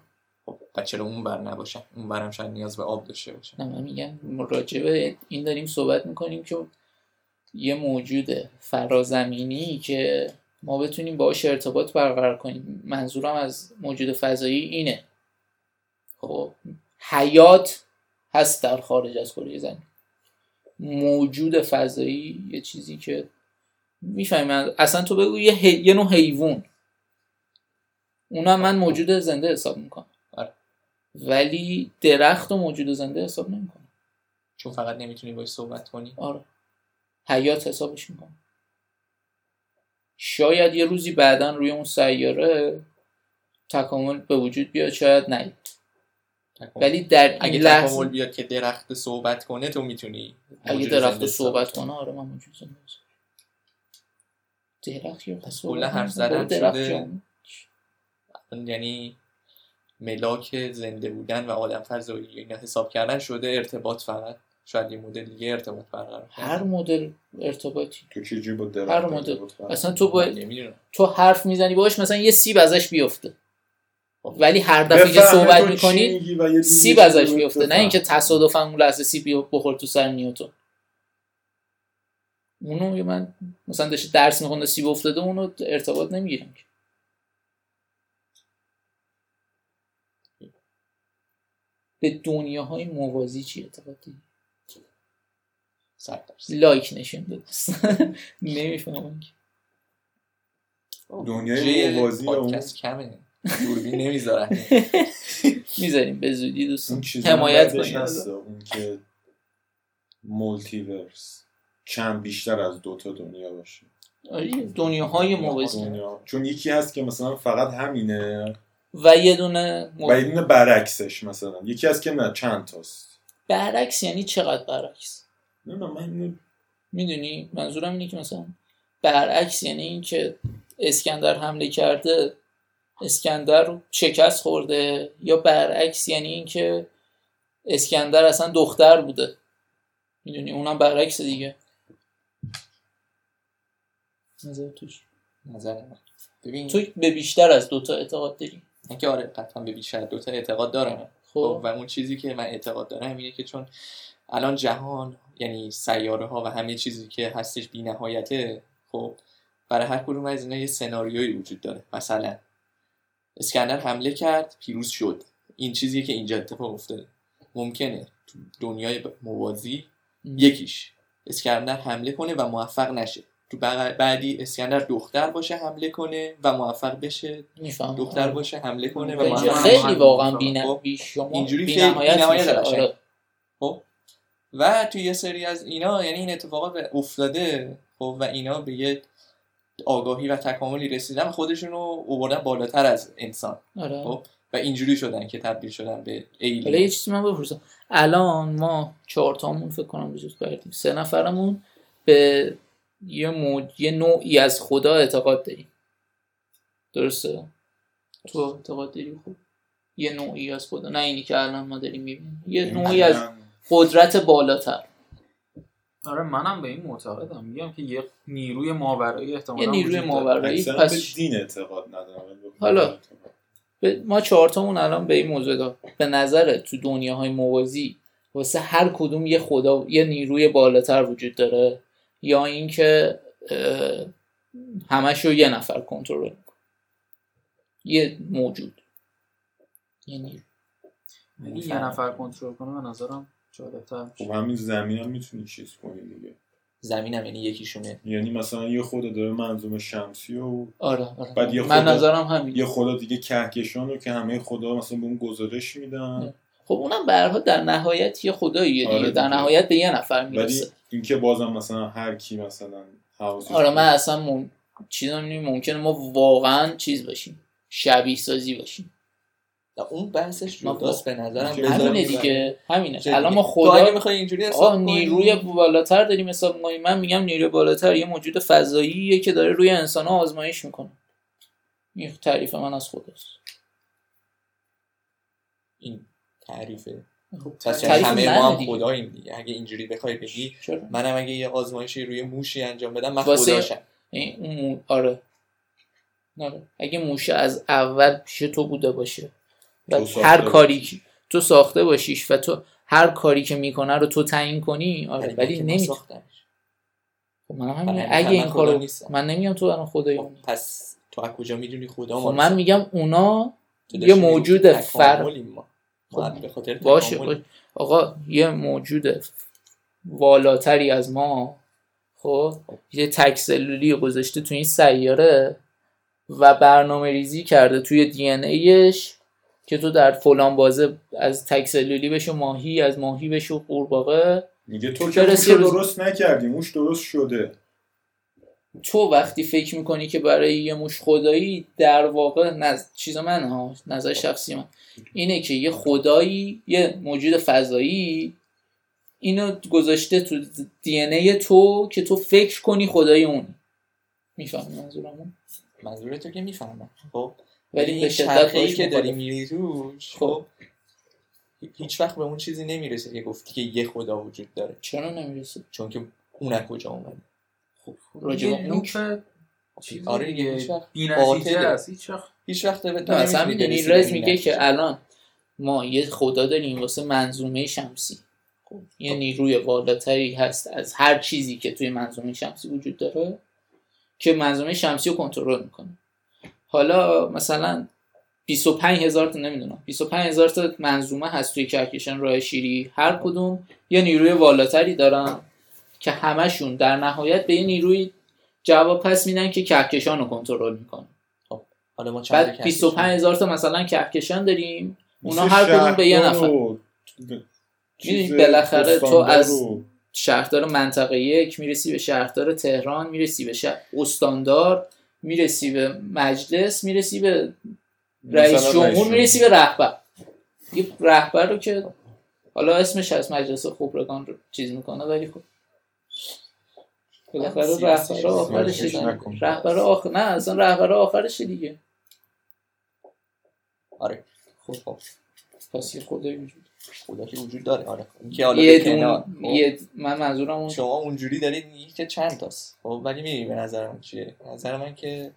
خب و چرا اون بر نباشن اون بر هم شاید نیاز به آب داشته باشه نه من میگم راجبه این داریم صحبت میکنیم که یه موجود فرازمینی که ما بتونیم باهاش ارتباط برقرار کنیم منظورم از موجود فضایی اینه خب حیات هست در خارج از کره زمین موجود فضایی یه چیزی که میفهمم اصلا تو بگو یه, حی- یه نوع حیوان اونم من موجود زنده حساب میکنم آره. ولی درخت و موجود زنده حساب نمیکنم چون فقط نمیتونی باش صحبت کنی آره حیات حسابش میکنم شاید یه روزی بعدا روی اون سیاره تکامل به وجود بیاد شاید نه تکامل. ولی در خب. اگه این لحظه تکامل بیاد که درخت صحبت کنه تو میتونی اگه درخت صحبت کنه آره من موجود زنده می‌شم. درخت یا پس کلا حرف زدن شده. یعنی ملاک زنده بودن و آدم فرزایی اینا حساب کردن شده ارتباط فقط شاید یه مدل دیگه ارتباط برقرار هر مدل ارتباطی تو چه جوری با درخت هر آره، مدل. ارتباط برقرار اصلا تو با نمیدونم تو حرف میزنی باش مثلا یه سیب ازش بیفته ولی هر دفعه که صحبت میکنی سیب ازش میفته نه اینکه تصادفا اون لحظه سیب بیو- بخور تو سر نیوتن اونو یه من مثلا داشته درس میخونده سیب افتاده اونو ارتباط نمیگیرم به دنیاهای موازی چی اعتقاد داری؟ صد درصد. لایک نشون بده نمیفهمم دنیای جه موازی یا اون- پادکست کمه دوربین نمیذارن میذاریم به زودی دوستان اون چیزی حمایت حمایت کنید هست اون که مولتیورس چند بیشتر از دوتا دنیا باشه آره، دنیاهای موازی خب دنیا. چون یکی هست که مثلا فقط همینه و یه دونه و یه مو... دونه برعکسش مثلا یکی هست که نه چند تاست برعکس یعنی چقدر برعکس نه نه من اینو میدونی منظورم اینه که مثلا برعکس یعنی اینکه اسکندر حمله کرده اسکندر رو شکست خورده یا برعکس یعنی اینکه اسکندر اصلا دختر بوده میدونی اونم برعکس دیگه نظر توش نظر من ببین تو به بیشتر از دوتا اعتقاد داری من که آره قطعا به بیشتر دوتا اعتقاد دارم خب و اون چیزی که من اعتقاد دارم اینه که چون الان جهان یعنی سیاره ها و همه چیزی که هستش بی نهایته خب برای هر کدوم از اینا یه سناریویی وجود داره مثلا اسکندر حمله کرد پیروز شد این چیزی که اینجا اتفاق افتاده ممکنه تو دنیای موازی یکیش اسکندر حمله کنه و موفق نشه تو بغ- بعدی اسکندر دختر باشه حمله کنه و موفق بشه میفهمم دختر باشه حمله کنه و به موفق جا- نشه. خیلی واقعا خب، بی شما اینجوری بی خیلی نهایت بی‌نهایت میشه، قشنگ. آره. خب و تو یه سری از اینا یعنی این اتفاقات به- افتاده خب و اینا به یه آگاهی و تکاملی رسیدن خودشون رو اووردن بالاتر از انسان آره. خب. و اینجوری شدن که تبدیل شدن به حالا یه ایلی چیزی من بپرسم الان ما چهار تامون فکر کنم وجود کردیم سه نفرمون به یه, مو... یه نوعی از خدا اعتقاد داریم درسته تو اعتقاد داری خب یه نوعی از خدا نه اینی که الان ما داریم میبینیم یه نوعی از قدرت بالاتر آره منم به این معتقدم میگم که یه نیروی ماورایی احتمالاً یه نیروی وجود داره. ماورایی اکثرا به پس دین اعتقاد ندارم ولی خب به حالا. خدا اعتقاد. به- ما چهارتامون الان به این موضوع دار به نظر تو دنیاهای موازی واسه هر کدوم یه خدا یه نیروی بالاتر وجود داره یا اینکه اه، همش رو یه نفر کنترل میکنه یه موجود یه نیرو. اگه یه نفر کنترل کنه به نظرم جالب‌تر میشه. خب همین زمین هم میتونی چیز کنی دیگه زمینم یعنی یکیشونه یعنی مثلا یه خدا داره منظوم شمسی و آره, آره. بعد یه من خدا- نظرم همین یه خدا دیگه کهکشان رو که همه خدا مثلا به اون گزارش میدن خب اونم به هر حال در نهایت یه خداییه دیگه آره در دیگه. نهایت به یه نفر ولی میرسه اینکه بازم مثلا هر کی مثلا حواسش آره من اصلا مم... چیزم نیم ممکنه ما واقعا چیز باشیم شبیه سازی باشیم و اون بحثش ما جداست به نظرم که همینه بزنیم. دیگه همینه جدی. الان ما تو اگه خدا میخوای اینجوری آقا حساب کنی، نیروی بالاتر داریم حساب می‌کنیم من میگم نیروی بالاتر یه موجود فضاییه که داره روی انسان ها آزمایش میکنه این تعریف من از خداست این تعریفه خب، پس یعنی تعریف همه منه ما هم دیگه. خداییم دیگه اگه اینجوری بخوای بگی چرا منم اگه یه آزمایشی روی موشی انجام بدم من واسه- خداشم این اون مو... آره آره. اگه موشه از اول پیش تو بوده باشه و تو ساخته هر باشی. کاری که تو ساخته باشیش و تو هر کاری که میکنه رو تو تعیین کنی آره من ولی که من نمیتونی ساختمش. من یعنی برای همین همین اگه من این خدا کارو نیستم. من نمیگم تو الان خدایی خب، پس تو از کجا میدونی خدا خب ما من نیست؟ میگم اونا تو یه داشتی میگفتی موجود تکاملیم فر ما ما خب، به خاطر باشه تکاملیم. باشه. آقا یه موجود والاتری از ما خب یه تک سلولی رو گذاشته تو این سیاره و برنامه ریزی کرده توی دی ان ایش که تو در فلان بازه از تک سلولی بشو ماهی از ماهی بشو قورباغه میگه تو که برسی موش رو روز- درست نکردی موش درست شده تو وقتی فکر میکنی که برای یه موش خدایی در واقع نز... چیز من ها خب. نظر شخصی من اینه که یه خدایی یه موجود فضایی اینو گذاشته تو دی ای تو که تو فکر کنی خدای اون میفهمی منظورمون منظور تو که میفهمم خب ولی ولی به این شدت چرخه‌ای باش که داری مخالفم. میری روش خب خب. هیچ وقت به اون چیزی نمیرسه که گفتی که یه خدا وجود داره چرا نمیرسه چون که اون از کجا اومده راجع به یه اون لوپ چیز آره دیگه، دیگه هیچ وقت بی‌نتیجه باطله. است هیچ وقت هیچ وقت به تو نه اصلا نمی‌تونی میدونی برسی به رز این میگه نتیجه. که الان ما یه خدا داریم واسه منظومه شمسی خب، یه نیروی بالاتری هست از هر چیزی که توی منظومه شمسی وجود داره که منظومه شمسی رو کنترل میکنه حالا مثلا 25 هزار تا نمیدونم 25 هزار تا منظومه هست توی کهکشان راه شیری هر خب. کدوم یه نیروی بالاتری دارن که همشون در نهایت به یه نیروی جواب پس میدن که کهکشان رو کنترل میکنه حالا ما چند بعد تا 25 هزار تا مثلا کهکشان داریم اونا مثل هر کدوم به یه شهردار نفر و چیز می‌دونی بالاخره تو استاندار از- و- شهردار منطقه یک میرسی به شهردار تهران میرسی به شهر استاندار میرسی به مجلس میرسی به رئیس مثلا جمهور جمهور. میرسی به رهبر یه رهبر رو که حالا اسمش از مجلس خبرگان رو کیز میکنه ولی خب بالاخره سیاسی رهبر چیز آخرش سیاسیش دیگه. نکن. رهبر آخر نه اصلا رهبر آخرش دیگه آره خب خب پس یه خدایی وجود خدا که وجود داره آره این که حالا یه به کنار. دون خب. یه من منظورم اون شما اونجوری دارید میگی که چند تاست خب ولی میدونی به نظرم چیه به نظر من که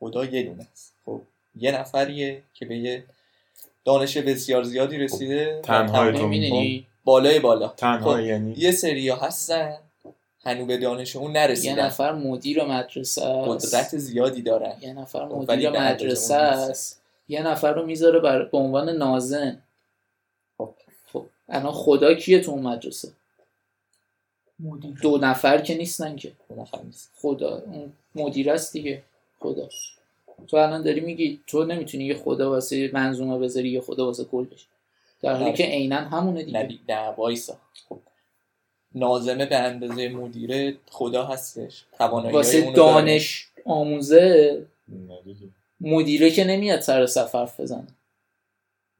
خدا یه دونه است خب یه نفریه که به یه دانش بسیار زیادی رسیده تنهای تنها- تو می‌دونی؟ بالای بالا تنها خب. یعنی یه سری هستن هنو به دانش اون یه نرسیدن نفر مدیر مدرسه است. قدرت زیادی دارن یه نفر خب، ولی مدیر به اندازه مدرسه اون نیست. است یه نفر رو میذاره بر... به عنوان نازن خب. خب الان خدا کیه تو اون مدرسه مدیر دو نفر که نیستن که یه نفر نیست خدا اون مدیر است دیگه خدا تو الان داری میگی تو نمیتونی یه خدا واسه منظومه بذاری یه خدا واسه کلش در حالی آره. که عینا همونه دیگه نه نه وایسا خب نازمه به اندازه مدیره خدا هستش توانایی واسه دانش آموزه نه دیگه. مدیره که نمیاد سر سفر بزنه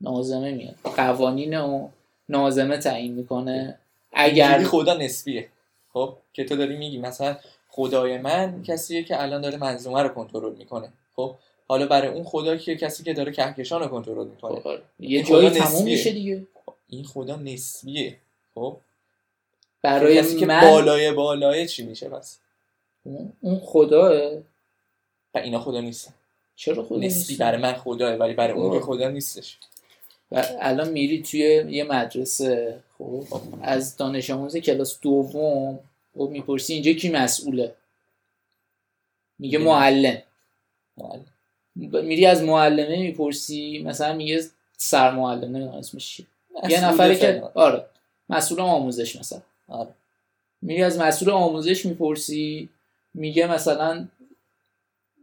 نازمه میاد قوانین رو نازمه تعیین میکنه اگر اگر یعنی خدا نسبیه خب که تو داری میگی مثلا خدای من کسیه که الان داره منظومه رو کنترل میکنه خب حالا برای اون خدا کیه کسی که داره کهکشان رو کنترل میکنه خب، یه خدا جایی نسبیه. تموم میشه دیگه این خدا نسبیه خب کسی برای که من بالای بالای چی میشه پس اون خداه و اینا خدا نیستن چرا خدا نسبی نیست برای من خداه ولی برای اون خب. که خدا نیستش و الان میری توی یه مدرسه خب از دانش آموز کلاس دوم و میپرسی اینجا کی مسئوله میگه میگه- معلم بله. ب- میری از معلمه میپرسی مثلا میگه سرمعلم نمیدونم اسمش چیه یه مسئول نفره که فلان. آره مسئول آموزش مثلا آره. میری از مسئول آموزش میپرسی میگه مثلا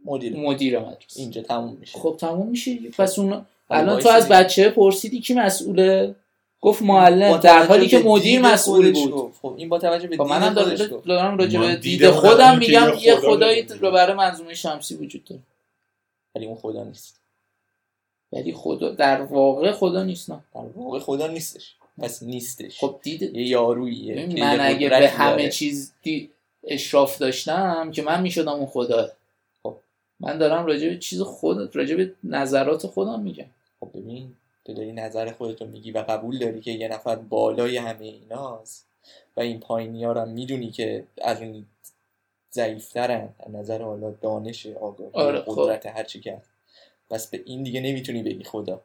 مدیر مدیر مدرسه اینجا تموم میشه خب تموم میشه دیگه. پس اون ولی الان وایس تو از دیگه. بچه پرسیدی کی مسئوله گفت معلم با در توجه حالی که به مدیر دید مسئول خودش بود گفت. خب این با توجه به خب منم دید خودش دارم گفت. دارم راجع من به دیده دید خودم خودم که یه میگم یه خدا خدایی داریم. رو برای منظومه شمسی وجود داره ولی اون خدا نیست ولی خدا در واقع خدا نیست نه در واقع خدا نیستش پس نیستش خب دید یه یاروییه که من یه اگه قدرتی به همه داره. چیز دی- اشراف داشتم که من میشدم اون خدا خب. من دارم راجع به چیز خود راجع به نظرات خودم میگم خب ببین تو داری نظر خودتو میگی و قبول داری که یه نفر بالای همه ایناست و این پایینی ها رو هم میدونی که از اون ضعیفترن از نظر حالا دانش آگاهی آره، خب. قدرت هر چی کرد پس به این دیگه نمیتونی بگی خدا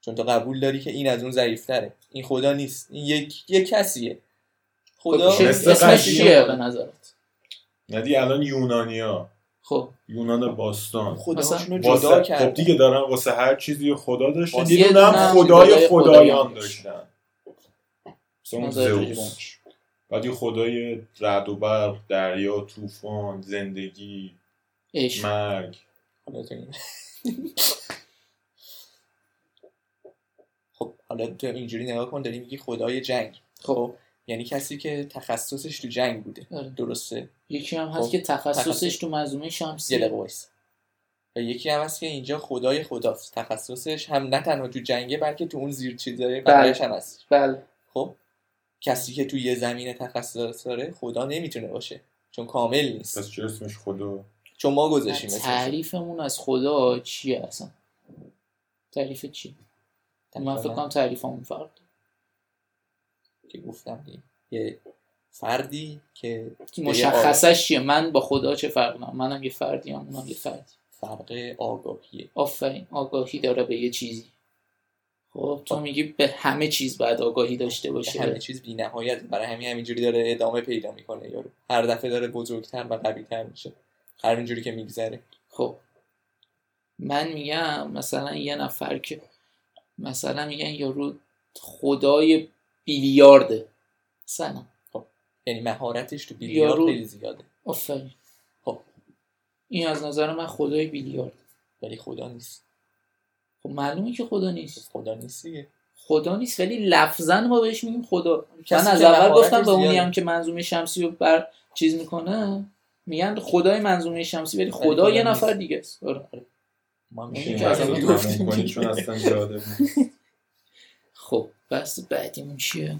چون تو قبول داری که این از اون ضعیفتره این خدا نیست این یک یه کسیه خدا خب چه- مثل اسمش قضیه چیه بود. به نظرت نه دیگه الان یونانیا خب یونان باستان خداشون رو جدا واسه خب کرد دیگه دارن واسه هر چیزی خدا داشتن واسه یه یه دونه دونه هم هم خدای خدای خدایان خدایان داشتن مثل اون نظر راجع به زئوس بعد یه خدای رعد و برق دریا طوفان زندگی عشق مرگ حالا تو این- خب حالا تو اینجوری نگاه کن داری میگی خدای جنگ خب یعنی کسی که تخصصش تو جنگ بوده آره. درسته یکی هم هست خب، که تخصصش تخصص. تو مظلومه یه شمسی دقیقه وایسا. و یکی هم هست که اینجا خدای خداست تخصصش هم نه تنها تو جنگه بلکه تو اون زیر چیزای بقیه‌اش هم هست بله خب کسی که توی یه زمینه تخصص داره خدا نمیتونه باشه چون کامل نیست پس چه اسمش خدا چون ما گذاشتیم اسمش تعریفمون از خدا چیه اصلا تعریف چیه من فکر کنم تعریفمون فرق داره. که گفتم دیگه. یه فردی که که به یه مشخصش چیه من با خدا چه فرق دارم منم یه فردی هم اونم یه فردی فرق آگاهیه آفرین آگاهی داره به یه چیزی خب تو میگی به همه چیز باید آگاهی داشته که همه باشه چیز بی‌نهایت برای همین همینجوری داره ادامه پیدا میکنه یارو هر دفعه داره بزرگتر و قوی‌تر میشه همینجوری که میگذره خب من میگم مثلا یه نفر که مثلا میگن یارو خدای بیلیارده مثلا یعنی مهارتش تو بیلیارد یارو- خیلی زیاده آفرین خب. این از نظر من خدای بیلیارد ولی خدا نیست خب معلومه که خدا نیست خدا نیست دیگه خدا نیست ولی لفظا ما بهش میگیم خدا من کسی از که اول مهارتش گفتم به اونی زیاده. هم که منظومه شمسی رو بر چیز میکنه میگن خدای منظومه شمسی ولی ولی خدا خدا یه نیست. نفر دیگه است آره. ما این میشه این که این حرف اصلا کسی رو تموم رو گفتیم کنی که چون اصلا جالب نیست. خب بس بعدیمون چیه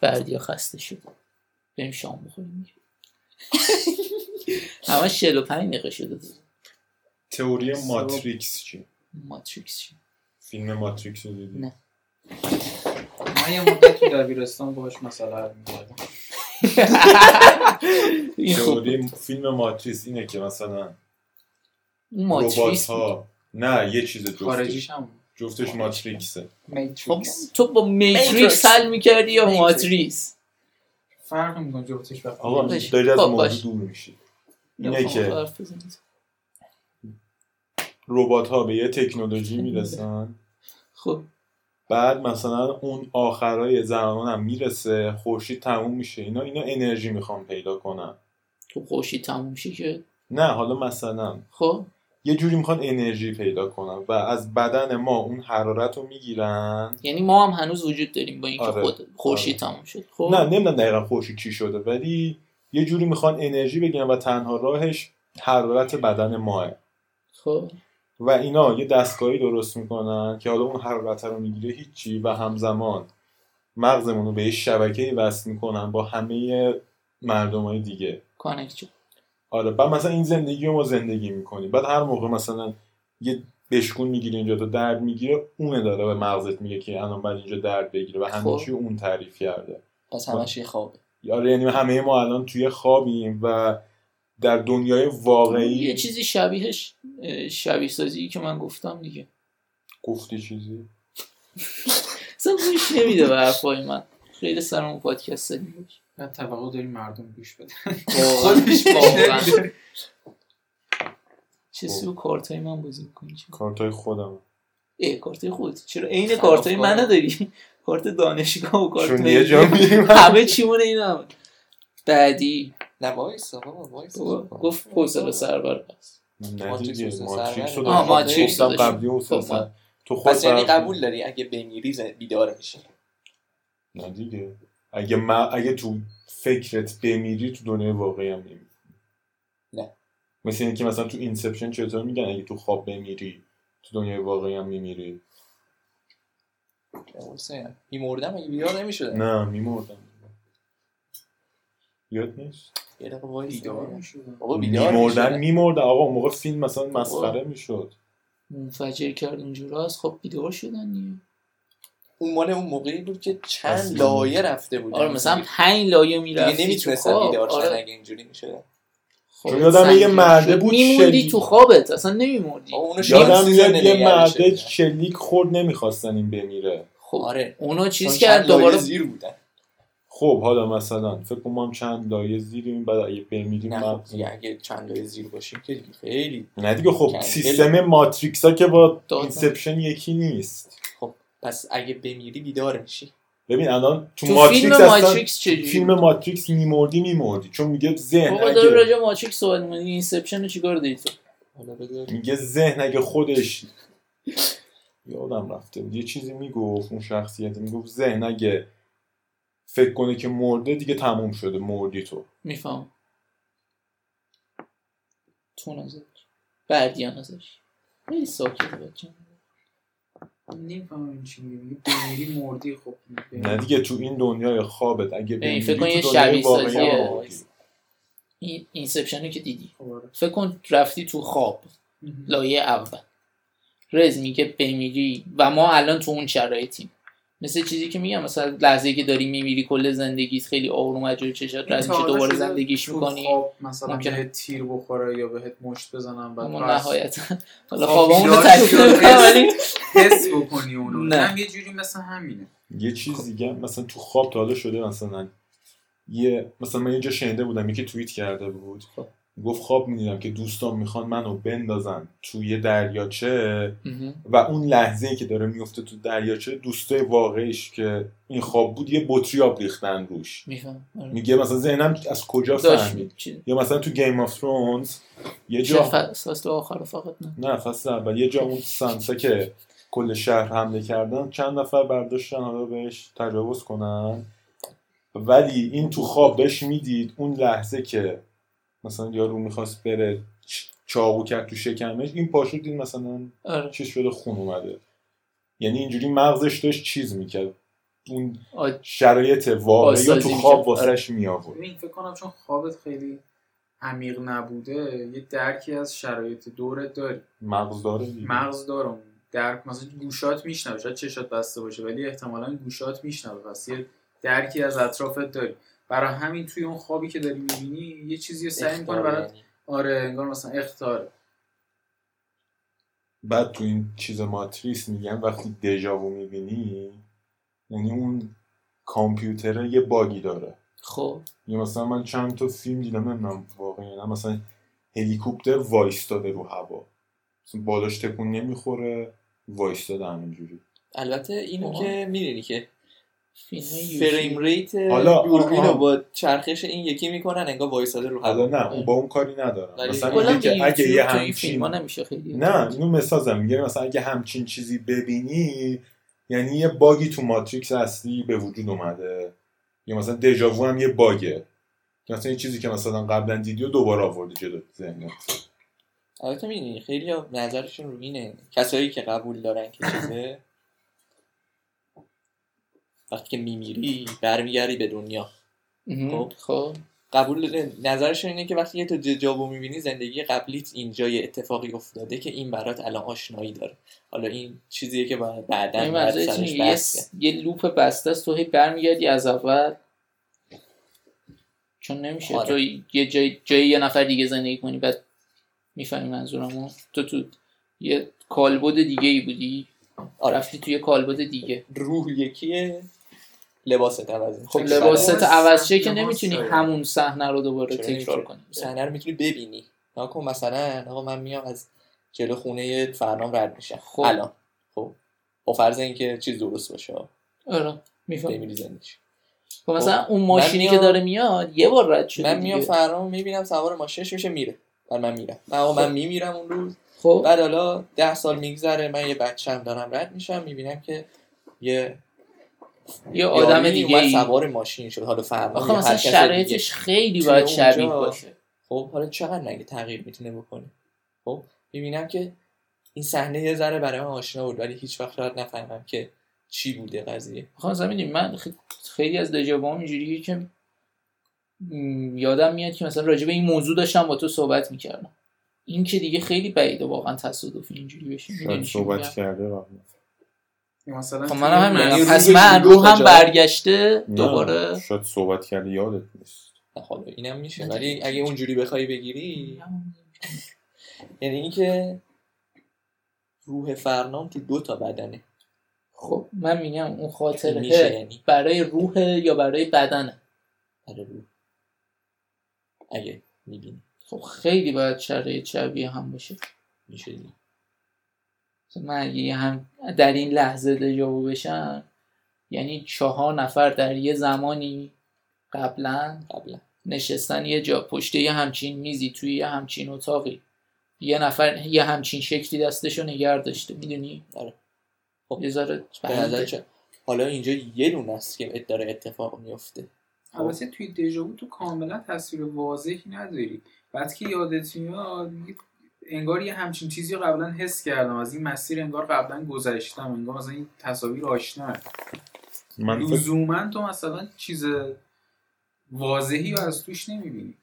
بعدی ها خسته شد بریم شام بخوریم همش 45 دقیقه شده بود. تئوری ماتریکس چی ماتریکس چیه؟ فیلم ماتریکس رو دیدی نه. من یه مدت تو دبیرستان باهاش مثلا حل می‌کردم. این خب، خوب تئوری فیلم ماتریس اینه که مثلا ربات ماتریکس ها نه یه چیز جفتش خارجیش هم جفتش ماتریکسه خب میتریکس تو با ماتریکس ماتریکس. حل میکردی یا ماتریکس. ماتریس فرق میکنه جفتش وقتی آقا باشه. داری از خب، موضوع باشه. دور میشی اینه خب، که ربات ها به یه تکنولوژی میرسن خب بعد مثلا اون آخرای زمان هم میرسه خورشید تموم میشه اینا اینا انرژی میخوام پیدا کنن تو خوشی تموم شی که نه حالا مثلا خب یه جوری میخوان انرژی پیدا کنن و از بدن ما اون حرارت رو میگیرن یعنی ما هم هنوز وجود داریم با اینکه آره. خود خورشید آره. تموم شد خب نه نمیدونم دقیقا خورشید چی شده ولی یه جوری میخوان انرژی بگیرن و تنها راهش حرارت بدن ماه خب و اینا یه دستگاهی درست میکنن که حالا اون حرارت رو میگیره هیچی و همزمان مغزمون رو به یه شبکه وصل میکنن با همه مردم های دیگه کانکت شد آره بعد مثلا این زندگی رو ما زندگی میکنیم بعد هر موقع مثلا یه بشکون میگیره اینجا تو درد میگیره اون داره به مغزت میگه که الان باید اینجا درد بگیره و همه خب. چی اون تعریف کرده پس همش یه خوابه آره یعنی همه ما الان توی خوابیم و در دنیای یه واقعی چیزی شبیهش اه، شبیه سازی که من گفتم دیگه گفتی چیزی اصلا گوش نمیده به حرفای من خیلی سرمون پادکست زدیم بهش. بعد توقع داریم مردم گوش بدن خودش واقعا خب. چه سو کارتای من بازی میکنی کارتای خودم ای کارتای خود چرا عین خرابکار. کارتای من نداری کارت دانشگاه و کارت چون ملی. یه جا می‌ریم. همه چیمونه این هم بعدی نه وایسا بابا وایسا بابا، گفت حوصله سربر است نه ماتریکس دیگه رو ماتریکس رو سرور. آه، داشتم. ماتریکس رو گفتم داشتم. قبلی اون خب، سر. تو خود پس یعنی برخورد. قبول داری اگه بمیری ز- بیدار میشه نه دیگه اگه ما اگه تو فکرت بمیری تو دنیای واقعی هم نمیری نه. مثل اینکه مثلا تو اینسپشن چطور میگن اگه تو خواب بمیری تو دنیای واقعی هم میمیری حسین میمردم یعنی. اگه بیدار نمیشدم نه میمردم یاد نیست یه دقیقه وایسا. بیدار نشدم بابا بیدار میمردن می‌شدن. میمردن آقا اون موقع فیلم مثلا مسخره میشد منفجر کرد اونجورا از خب بیدار شدن دیگه اون مال اون موقعی بود که چند اصلا. لایه رفته بود آره مثلا پنج لایه دیگه میرفتی آره. نمیتونستن بیدار آره. شدن اگه اینجوری میشدن خب چون یادم یه مرده بود میموندی شلی- تو خوابت اصلا نمیمردی آه، اونو شانس یادم میاد نگه یه مرده می‌شدن. شلیک خورد نمیخواستن این بمیره خب آره اونو چون چیز چند کرد لایه دوباره زیر بودن خب حالا مثلا فکر کنم هم چند لایه زیریم بعد اگه بمیریم نه من- خب دیگه اگه چند لایه زیر باشیم که دیگه خیلی نه دیگه خب جنگل. سیستم ماتریکس ها که با دادم. اینسپشن یکی نیست پس اگه بمیری بیدار میشی ببین الان تو, تو ماتریکس فیلم اصلا ماتریکس چجوری فیلم ماتریکس میمردی میمردی چون میگه ذهن بابا داره اگه راجع به ماتریکس صحبت می‌کنی اینسپشن رو چیکار داری تو حالا بذار میگه ذهن اگه خودش یادم رفته بود. یه چیزی میگفت اون شخصیت میگفت ذهن اگه فکر کنه که مرده دیگه تموم شده مردی تو میفهم تو نظر بردیا نظر خیلی ساکت بچه نمیفهمم چی میگی میگی بمیری مردی خب نه دیگه تو این دنیای خوابت اگه بمیری فکر تو کن دنیای یه شبیه واقعی سازیه. مردی. این اینسپشنه که دیدی آره. فکر کن رفتی تو خواب لایه اول رز میگه بمیری و ما الان تو اون شرایطیم مثل چیزی که میگم مثلا لحظه که داری میمیری کل زندگیت خیلی آروم و جلوی چشات رد میشه دوباره زندگیش میکنی مثلا ممکنه. بهت تیر بخوره یا بهت مشت بزنن بعد اما راست نهایتا حالا خواب خوابمون رو آره. بیدار تعریف شد. نمی‌کنم، ولی حس بکنی اونو نه. نه. یه جوری مثل همینه یه چیز دیگه هم، مثلا تو خواب تا حالا شده مثلا یه مثلا من یه جا شنیده بودم یکی توییت کرده بود خب. گفت خواب میدیدم که دوستان میخوان منو بندازن توی یه دریاچه مهم. و اون لحظه که داره میفته تو دریاچه دوستای واقعیش که این خواب بود یه بطری آب ریختن روش میفهم آره. میگه مثلا ذهنم از کجا داشت فهمید چی- یا مثلا تو گیم آف ترونز یه چه جا فصل تو آخر فقط نه نه فصل اول یه جا اون سانسا که کل شهر حمله کردن چند نفر برداشتن حالا بهش تجاوز کنن ولی این تو خواب بهش میدید اون لحظه که مثلا یارو میخواست بره چ- چاقو کرد تو شکمش این پاشو دید مثلا آره چیز شده خون اومده یعنی اینجوری مغزش داشت چیز میکرد اون آ- شرایط واقعی رو بازسازی تو خواب می‌کرد. آره. واسش می آورد ببین فکر کنم چون خوابت خیلی عمیق نبوده یه درکی از شرایط دورت داری مغز داره دیگه. مغز دارم درک مثلا گوشات میشنوه شاید چشات بسته باشه ولی احتمالا گوشات میشنوه پس یه درکی از اطرافت داری برای همین توی اون خوابی که داری میبینی یه چیزی رو سعی میکنه برات یعنی. آره انگار مثلا اختار بعد تو این چیز ماتریس میگن وقتی دژاوو میبینی یعنی اون کامپیوتر یه باگی داره خب یا مثلا من چند تا فیلم دیدم نمیدونم واقعا نه مثلا هلیکوپتر وایستاده رو هوا مثلا بالاش تکون نمیخوره وایستاده همینجوری البته اینو آها. که میدونی که فیلم فریم یوشی ریت حالا، دوربین آها. رو با چرخش این یکی میکنن انگار وایساده رو حالا هوا نه اون با اون کاری ندارم ولی مثلا کلا میگه به که اگه یه یوتیوب تو این همچین فیلم نمیشه خیلی نه اینو مثازم میگه مثلا اگه همچین چیزی ببینی یعنی یه باگی تو ماتریکس اصلی به وجود اومده یا مثلا دژاوو هم یه باگه که مثلا یه چیزی که مثلا قبلا دیدی و دوباره آوردی جلو ذهنت البته میدونی خیلی ها نظرشون رو اینه کسایی که قبول دارن که چیزه وقتی که میمیری برمیگردی به دنیا مهم. خب. خب قبول نظرشون اینه که وقتی که تو دجاوو میبینی زندگی قبلیت اینجا یه اتفاقی افتاده که این برات الان آشنایی داره حالا این چیزیه که باید بعدا این باید یعنی منظورت چی سرش میگه؟ یه, بحث س- یه لوپ بسته است تو هی برمیگردی از اول چون نمیشه آره. تو یه جای, جای یه نفر دیگه زندگی کنی بعد میفهمی منظورمو تو تو یه کالبد دیگه ای بودی آره. رفتی توی کالبد دیگه کرد. روح یکیه لباست عوضه خب چون لباست لباس- عوض شه که لباس نمیتونی شاید. همون صحنه رو دوباره چرا تکرار نمی‌تونی؟ کنی صحنه رو میتونی ببینی ناکن مثلا آقا من میام از جلو خونه فرنام رد میشم خب. الان خب با فرض اینکه چیز درست باشه آره میفهم بمیری زندش خب مثلا اون ماشینی میام- که داره میاد یه بار رد شده من میام دیگه. فرنام میبینم سوار ماشینش میشه میره و من میرم من آقا خب. من میمیرم اون روز خب بعد حالا ده سال میگذره من یه بچم دارم رد میشم میبینم که یه یه آدم یاری دیگه اومد ای سوار ماشین شد حالا فرمان آخه مثلا شرایطش خیلی توی باید اونجا- شبیه باشه خب حالا چقدر مگه تغییر میتونه بکنه خب میبینم که این صحنه یه ذره برای من آشنا بود ولی هیچ وقت شاید نفهمم که چی بوده قضیه خب مثلا می‌دونی من خ- خیلی از دژاوام اینجوریه که م، یادم میاد که مثلا راجع به این موضوع داشتم با تو صحبت میکردم این که دیگه خیلی بعیده واقعا تصادف اینجوری بشه می‌دونی چی می‌گم؟ کرده یا مثلا خب توی منم همین مسیر- یعنی میگم پس روی من جلو روحم کجا؟ برگشته دوباره شاید صحبت کرده یادت نیست نه، حالا اینم میشه نه، ولی دیگه. اگه اونجوری بخوای بگیری یعنی اینکه روح فرنام تو دو تا بدنه خب من میگم اون میشه خاطره یعنی برای روح یا برای بدنه برای روح اگه میبینی خب خیلی باید شرایط شبیه هم باشه میشه دیگه. مثلا من اگه یه هم در این لحظه دجاوو بشم یعنی چهار نفر در یه زمانی قبلا قبلا نشستن یه جا پشت یه همچین میزی توی یه همچین اتاقی یه نفر یه همچین شکلی دستشو نگر داشته میدونی آره. خب. یه ذره به نظر بعیده. چه حالا اینجا یه دونه است که داره اتفاق میفته خب. البته توی دژاوو تو کاملا تصویر واضحی نداری بعد که یادت میاد انگار یه همچین چیزی رو قبلا حس کردم از این مسیر انگار قبلا گذشتم انگار مثلا این تصاویر آشنا من فکر- لزوما تو مثلا چیز واضحی رو از توش نمیبینی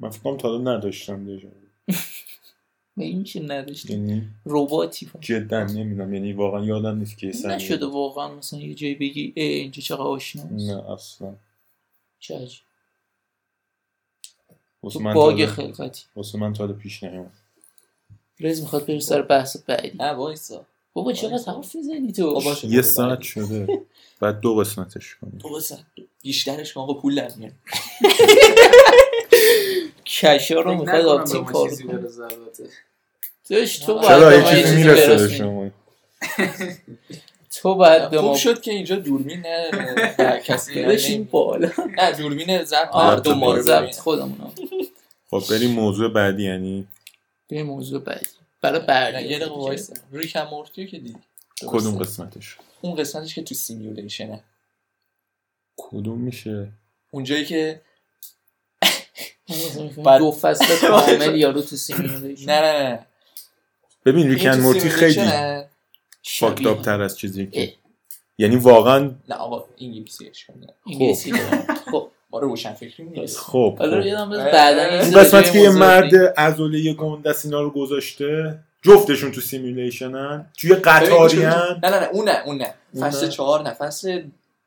من فکر کنم تا حالا نداشتم دژاوو به این چی نداشت یعنی رباتی جدا نمیدونم یعنی واقعا یادم نیست که یه صحنه- نشده واقعا مثلا یه جایی بگی ای اینجا چقدر آشناست نه اصلا چه عجیب. واسه تو خب، من باگ تا حالا- خلقتی واسه من تا حالا پیش نیومد رز میخواد بریم سر بحث بعدی نه وایسا بابا آره. چقدر حرف میزنی تو بابا شده یه ببرید. ساعت شده بعد دو قسمتش کنیم دو ساعت بیشترش که آقا پول در میاد کشا رو فکر میخواد نکنم به آپتین ما کار چیزی کنه. برسه البته. داشت تو بعد چرا باید یه به ما یه چیزی چیزی میرسه به برسونی. شما تو باید به خوب ما خب شد که اینجا دوربین نه نه، کسی نه داداش این بالا نه دوربین زرد آه، هر آره، دو ما رو ببین. ضبط خودمون خب بریم موضوع بعدی یعنی به موضوع بعدی برای نه، بعدی یه دقیقه وایسا ریک هم مورتیو که دیدی درسته. کدوم قسمتش اون قسمتش که تو سیمیولیشنه کدوم میشه اونجایی که بعد- دو فصل کامل یارو تو سیمیولیشن نه نه نه ببین این ریکن تو مورتی خیلی سیمیولیشنه. فاکتاب تر از چیزی اه. که یعنی واقعا نه آقا انگلیسیش کنه انگلیسی دارم. خب ما رو روشن فکری نیست خب حالا خب. یادم اه. بس بعدا یه اون اون سری قسمت جای که یه موضوع مرد دیگه. عضله گندس اینا رو گذاشته جفتشون تو سیمیولیشنن توی قطاری هم نه نه نه اون نه اون نه اون فصل نه. چهار نه فصل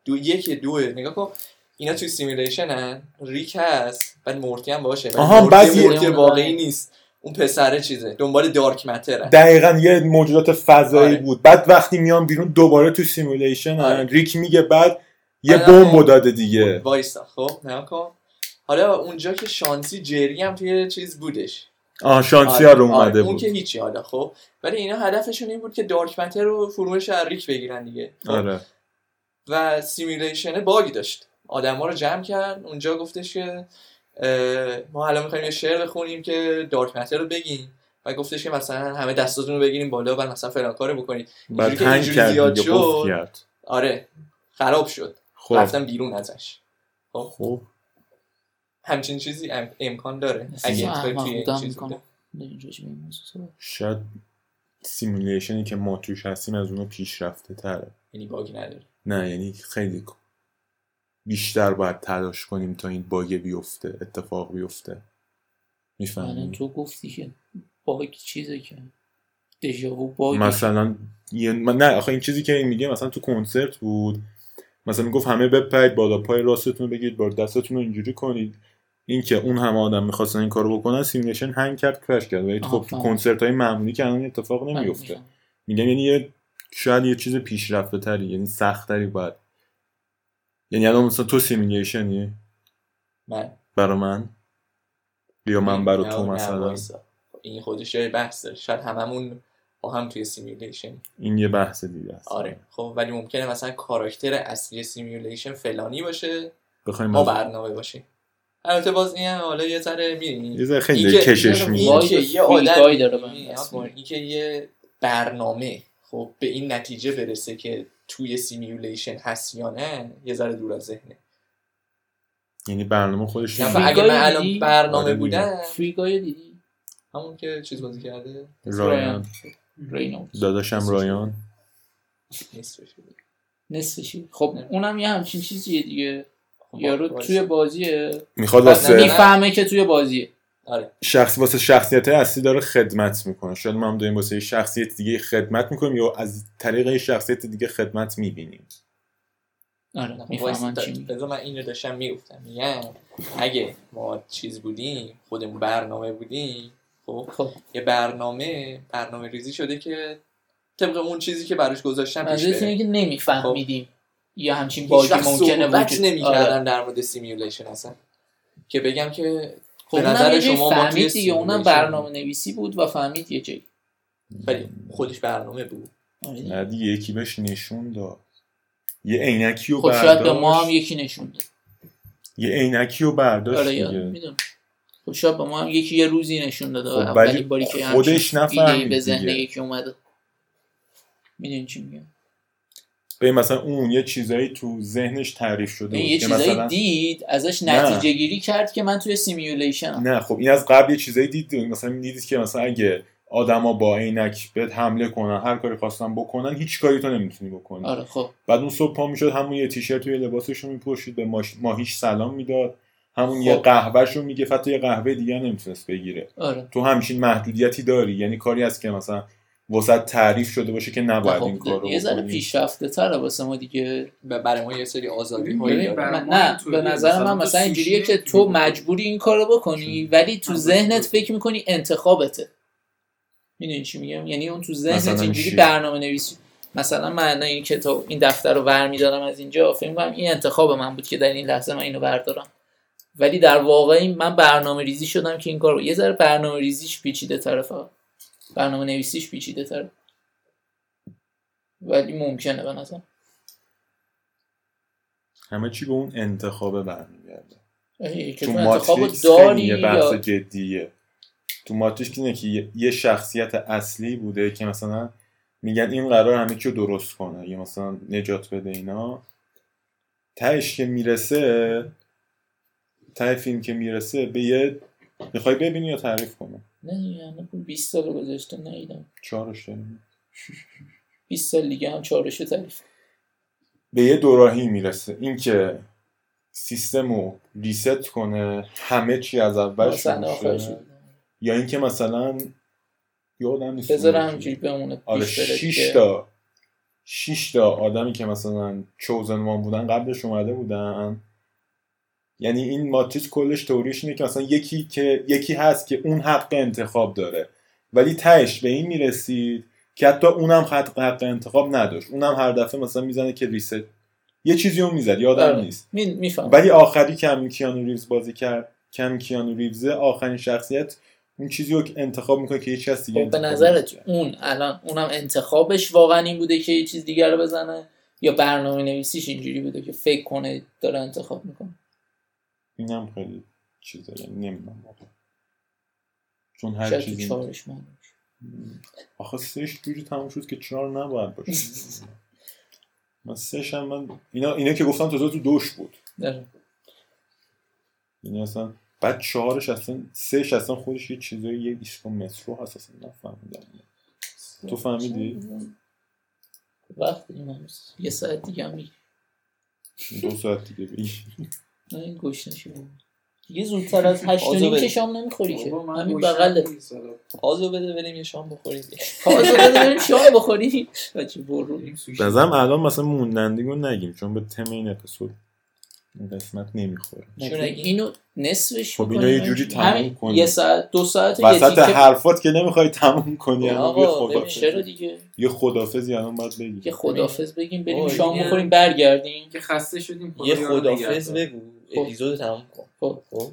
دو یک دوه نگاه کن اینا توی سیمیلیشن هن ریک هست بعد مورتی هم باشه ولی آها، مورتی- بعضی- مورتی واقعی آره. نیست اون پسره چیزه دنبال دارک متره دقیقا یه موجودات فضایی آره. بود بعد وقتی میان بیرون دوباره تو سیمولیشن آره. ریک میگه بعد یه آره. بمب داده دیگه وایسا خب نگاه کن حالا اونجا که شانسی جری هم توی چیز بودش آه شانسی آره، ها رو آره، اومده اون بود که هیچی حالا خب ولی اینا هدفشون این بود که دارک متر رو فروش از ریک بگیرن دیگه خب، آره و سیمیلیشن باگی داشت آدما رو جمع کرد اونجا گفتش که اه، ما حالا میخوایم یه شعر بخونیم که دارک متر رو بگیم و گفتش که مثلا همه دستاتون رو بگیریم بالا و مثلا فلان کارو بکنید بعد که تنگ اینجوری کرد زیاد دیگه شد. قفل کرد آره خراب شد خب رفتن بیرون ازش خب خب همچین چیزی ام- امکان داره احساس اگه اتفاقی احمق توی این بودم چیز می‌کنم. بوده. بریم راجع به این موضوع صحبت کنیم. شاید سیمولیشنی که ما توش هستیم از اونو پیشرفته تره یعنی باگی نداره نه یعنی خیلی بیشتر باید تلاش کنیم تا این باگ بیفته اتفاق بیفته الان میفهمی تو گفتی که باگ چیزه که دژاوو باگ مثلا یه من- نه آخه این چیزی که این میگه مثلا تو کنسرت بود مثلا میگفت همه بپرید بالا پای راستتون رو بگیرید با دستتون رو اینجوری کنید این که اون همه آدم میخواستن این کارو بکنن سیمولیشن هنگ کرد کرش کرد ولی آها، خب تو فهمت. کنسرت های معمولی که الان این اتفاق من نمیفته می‌فهمم. میگم یعنی یه شاید یه چیز پیشرفته تری یعنی سخت تری باید یعنی الان مثلا تو سیمیلیشنی من برا من یا من برا نه، تو نه، مثلا وایسا. خب، این خودش جای بحث داره شاید هممون با هم توی سیمیولیشن این یه بحث دیگه است آره خب ولی ممکنه مثلا کاراکتر اصلی سیمیولیشن فلانی باشه بخوایم ما از- برنامه باشیم البته باز این هم حالا یه ذره یه می‌بینی. ذره خیلی این که- کشش این میشه این وای که به یه فیلگاهی آدمی داره می‌بینی، من نگاه دست کن. می‌گیره. این که یه برنامه خب به این نتیجه برسه که توی سیمیولیشن هست یا نه یه ذره دور از ذهنه یعنی برنامه خودش یعنی اینه. اگه فیلگاهی من الان دیدی؟ برنامه آره دیگه. بودم فریگای دیدی همون که چیز بازی کرده رایان رینولدز داداشم رایان نیستش نصفشی خب اونم یه همچین چیزیه دیگه خب، یارو باشه. توی بازیه میخواد بعد واسه نمی‌فهمه. میفهمه که توی بازیه آره شخص واسه شخصیت اصلی داره خدمت میکنه شاید ما هم داریم واسه یه شخصیت دیگه خدمت میکنیم یا از طریق یه شخصیت دیگه خدمت میبینیم آره وایس- میفهمن چی میگه بذار من اینو داشتم میگفتم میگم اگه ما چیز بودیم خودمون برنامه بودیم خب خب یه برنامه برنامه ریزی شده که طبق اون چیزی که براش گذاشتم پیش منظورت بره اینه که نمیفهمیدیم یا همچین هیچ آره، باگی وقت ممکنه صحبت وجود آره. نمی‌کردم در مورد سیمیولیشن اصلا که بگم که خب به اونم نظر یه جایی شما ما توی فهمید دیگه اونم simulation- برنامه نویسی بود و فهمید یه جایی ولی خودش برنامه بود آره دیگه. نه دیگه یکی بهش نشون داد یه عینکی رو خب شاید به ما برداشت. هم یکی نشون داد یه عینکی رو برداشت آره دیگه. یادم میدونم خب شاید به ما هم یکی یه روزی نشون داده خب، ولی اولین باری که همچین خودش ایده‌ای نفهمید به ذهن دیگه. یکی اومده میدونی چی میگم به مثلا اون یه چیزایی تو ذهنش تعریف شده این بود یعنی یه که چیزایی مثلا دید ازش نه. نتیجه گیری کرد که من توی سیمیولیشن نه خب این از قبل یه چیزایی دید مثلا دیدید که مثلا اگه آدما با عینک بهت حمله کنن هر کاری خواستن بکنن هیچ کاری تو نمیتونی بکنی آره خب بعد اون صبح پا میشد همون یه تیشرت و یه لباسش رو میپوشید به ماش- ماهیش سلام میداد همون یه خب. قهوهش رو میگه حتی یه قهوه دیگه نمیتونست بگیره آره تو همچین محدودیتی داری یعنی کاری هست که مثلا وسط تعریف شده باشه که نباید این کار خب رو یه ذره بکنی. پیشرفته تره واسه ما دیگه و برای ما یه سری آزادی هایی ببین، داره برای من- ما نه اینطوریه. به نظر مثلا من تو مثلا سوشی اینجوریه که اینجوری تو بود. مجبوری این کار رو بکنی ولی تو آره. ذهنت فکر میکنی انتخابته میدونی چی میگم یعنی اون تو مثلا ذهنت اینجوری چی؟ برنامه نویسی مثلا من این کتاب این دفتر رو برمیدارم از اینجا فکر میکنم این انتخاب من بود که در این لحظه من اینو بردارم ولی در واقع این- من برنامه ریزی شدم که این کار رو یه ذره برنامه ریزیش پیچیده تره فقط برنامه نویسیش پیچیده تره ولی ممکنه به نظر همه چی به اون انتخابه برمیگرده ای، که تو تو انتخابو ماتریکس داری خیلی یه بحث یا جدیه تو ماتریکس اینه که یه- یه شخصیت اصلی بوده که مثلا میگن این قرار همه کیو درست کنه یا مثلا نجات بده اینا تهش که میرسه ته فیلم که میرسه به یه میخوای ببینی یا تعریف کنه نه یعنی 20 سال گذشته نیدم چهارش داریم 20 سال دیگه هم چهارشو تعریف به یه دوراهی میرسه اینکه سیستم رو ریست کنه همه چی از اول مثلا شروع آخرش شه یا اینکه مثلا یادم نیست بذار همجوری بمونه آره پیش بره شش دیگه. تا شش تا آدمی که مثلا چوزن وان بودن قبلش اومده بودن یعنی این ماتریس کلش توریش اینه که مثلا یکی که یکی هست که اون حق انتخاب داره ولی تهش به این میرسید که حتی اونم حق حق انتخاب نداشت اونم هر دفعه مثلا میزنه که ریست یه چیزی رو میزد یادم آره. نیست می میفهم ولی آخری که همین کیانو ریوز بازی کرد کم کیانو ریوزه آخرین شخصیت اون چیزی رو که انتخاب میکنه که هیچ کس دیگه خب به انتخاب نظرت اون الان اونم انتخابش واقعا این بوده که یه چیز دیگر رو بزنه یا برنامه نویسیش اینجوری بوده که فکر کنه داره انتخاب میکنه اینم خیلی چیز داره نمیدونم چون هر شاید تو چیزی چهارش معلوم شه. آخه سهش جوری تموم شد که چهار نباید باشه من سهش هم من اینا, اینا که گفتم تازه تو دوش بود آره. یعنی اصلا بعد چهارش اصلا سهش اصلا خودش یه چیزای یه ایسکو مترو هست اصلا نفهمیدم تو فهمیدی؟ وقت این یه ساعت دیگه هم می‌گیره. دو ساعت دیگه بگی نه این گوش نشون دیگه زودتر از هشت و آزو نیم بده. که شام نمیخوری که بابا، من همین گوشم بغله نیست، حالا. آزو بده بریم یه شام بخوریم تازه بده بریم شام بخوری بچه برو بریم سوشی. بازم الان مثلا موندندگی رو نگیم چون به تم این اپیزود این قسمت نمیخوره چون اگه- اینو نصفش خب می‌کنی اینو یه من جوری چی- تموم همین کنی. یه ساعت دو ساعت و یه وسط یعنی تیکه حرفات که نمیخوای تموم کنی الان یه آقا، ببین، خدافظی. چرا دیگه یه خدافزی الان باید بگی یه خدافظ بگیم بریم آه، شام دیگه. بخوریم برگردیم که خسته شدیم خدا یه یارو خدافز نگهدار. بگو اپیزود تمام کن خب. خب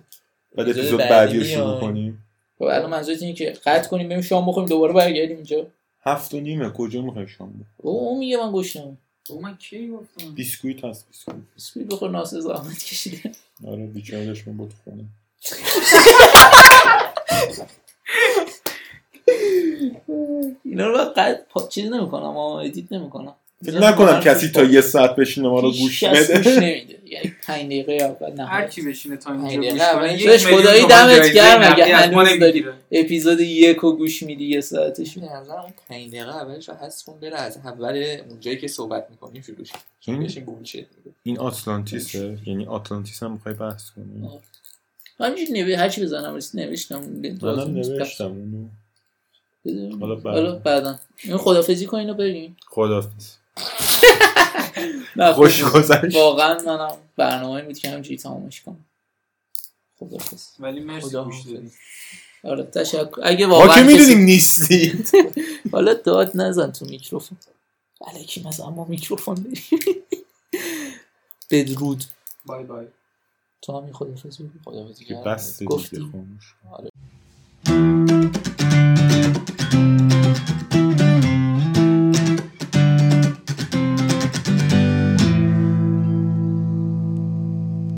بعد اپیزود اپیزود بعدی بعدی رو میاد. شروع کنیم خب الان منظورت اینه که قطع کنیم بریم شام بخوریم دوباره برگردیم اینجا هفت و نیمه کجا میخوای شام بخوری؟ او اون میگه من گوش نمیدم بابا، من کی گفتم بیسکویت هست بیسکویت بیسکویت بخور ناسه زحمت کشیده آره بیچاره دشمن بود خونه اینا رو بعد قطع پا... چیز نمیکنم اما ادیت نمیکنم فکر نکنم کسی تا یه ساعت بشینه ما رو گوش گوش بده نمیده یعنی 5 دقیقه اول نه هر کی بشینه تا نه، اینجا گوش نه، کنه من- یک بهش میلیون خدایی تومن دمت جایزه گرم، نقدی اگه از ما هنوز داری. نمیگیره. اپیزود یک رو گوش میدی یه ساعتش به نظرم اون پنج دقیقه اولش رو حذف کن بره از اول اون جایی که صحبت میکنیم شروع شه. این- چون بشین بولشت میگه این آتلانتیسه یعنی آتلانتیس هم میخوای بحث کنیم همینجوری نوی هر چی بزنم رسید نوشتم منم نوشتم اونو بزنیم. حالا بعدا. حالا بعدا این خدافزی کن اینو بریم خدافظ نه خوش خب، گذشت واقعا منم برنامه بود که همینجوری تمامش کنم خدافز ولی مرسی خدا گوش دادی. آره تشکر اگه ما که واقعا کسی- میدونیم نیستی حالا داد نزن تو میکروفون الکی مثلا ما میکروفون داریم بدرود بای بای تو هم یه خدافزی بگو. خدا بده بس دیگه گفتی. خاموش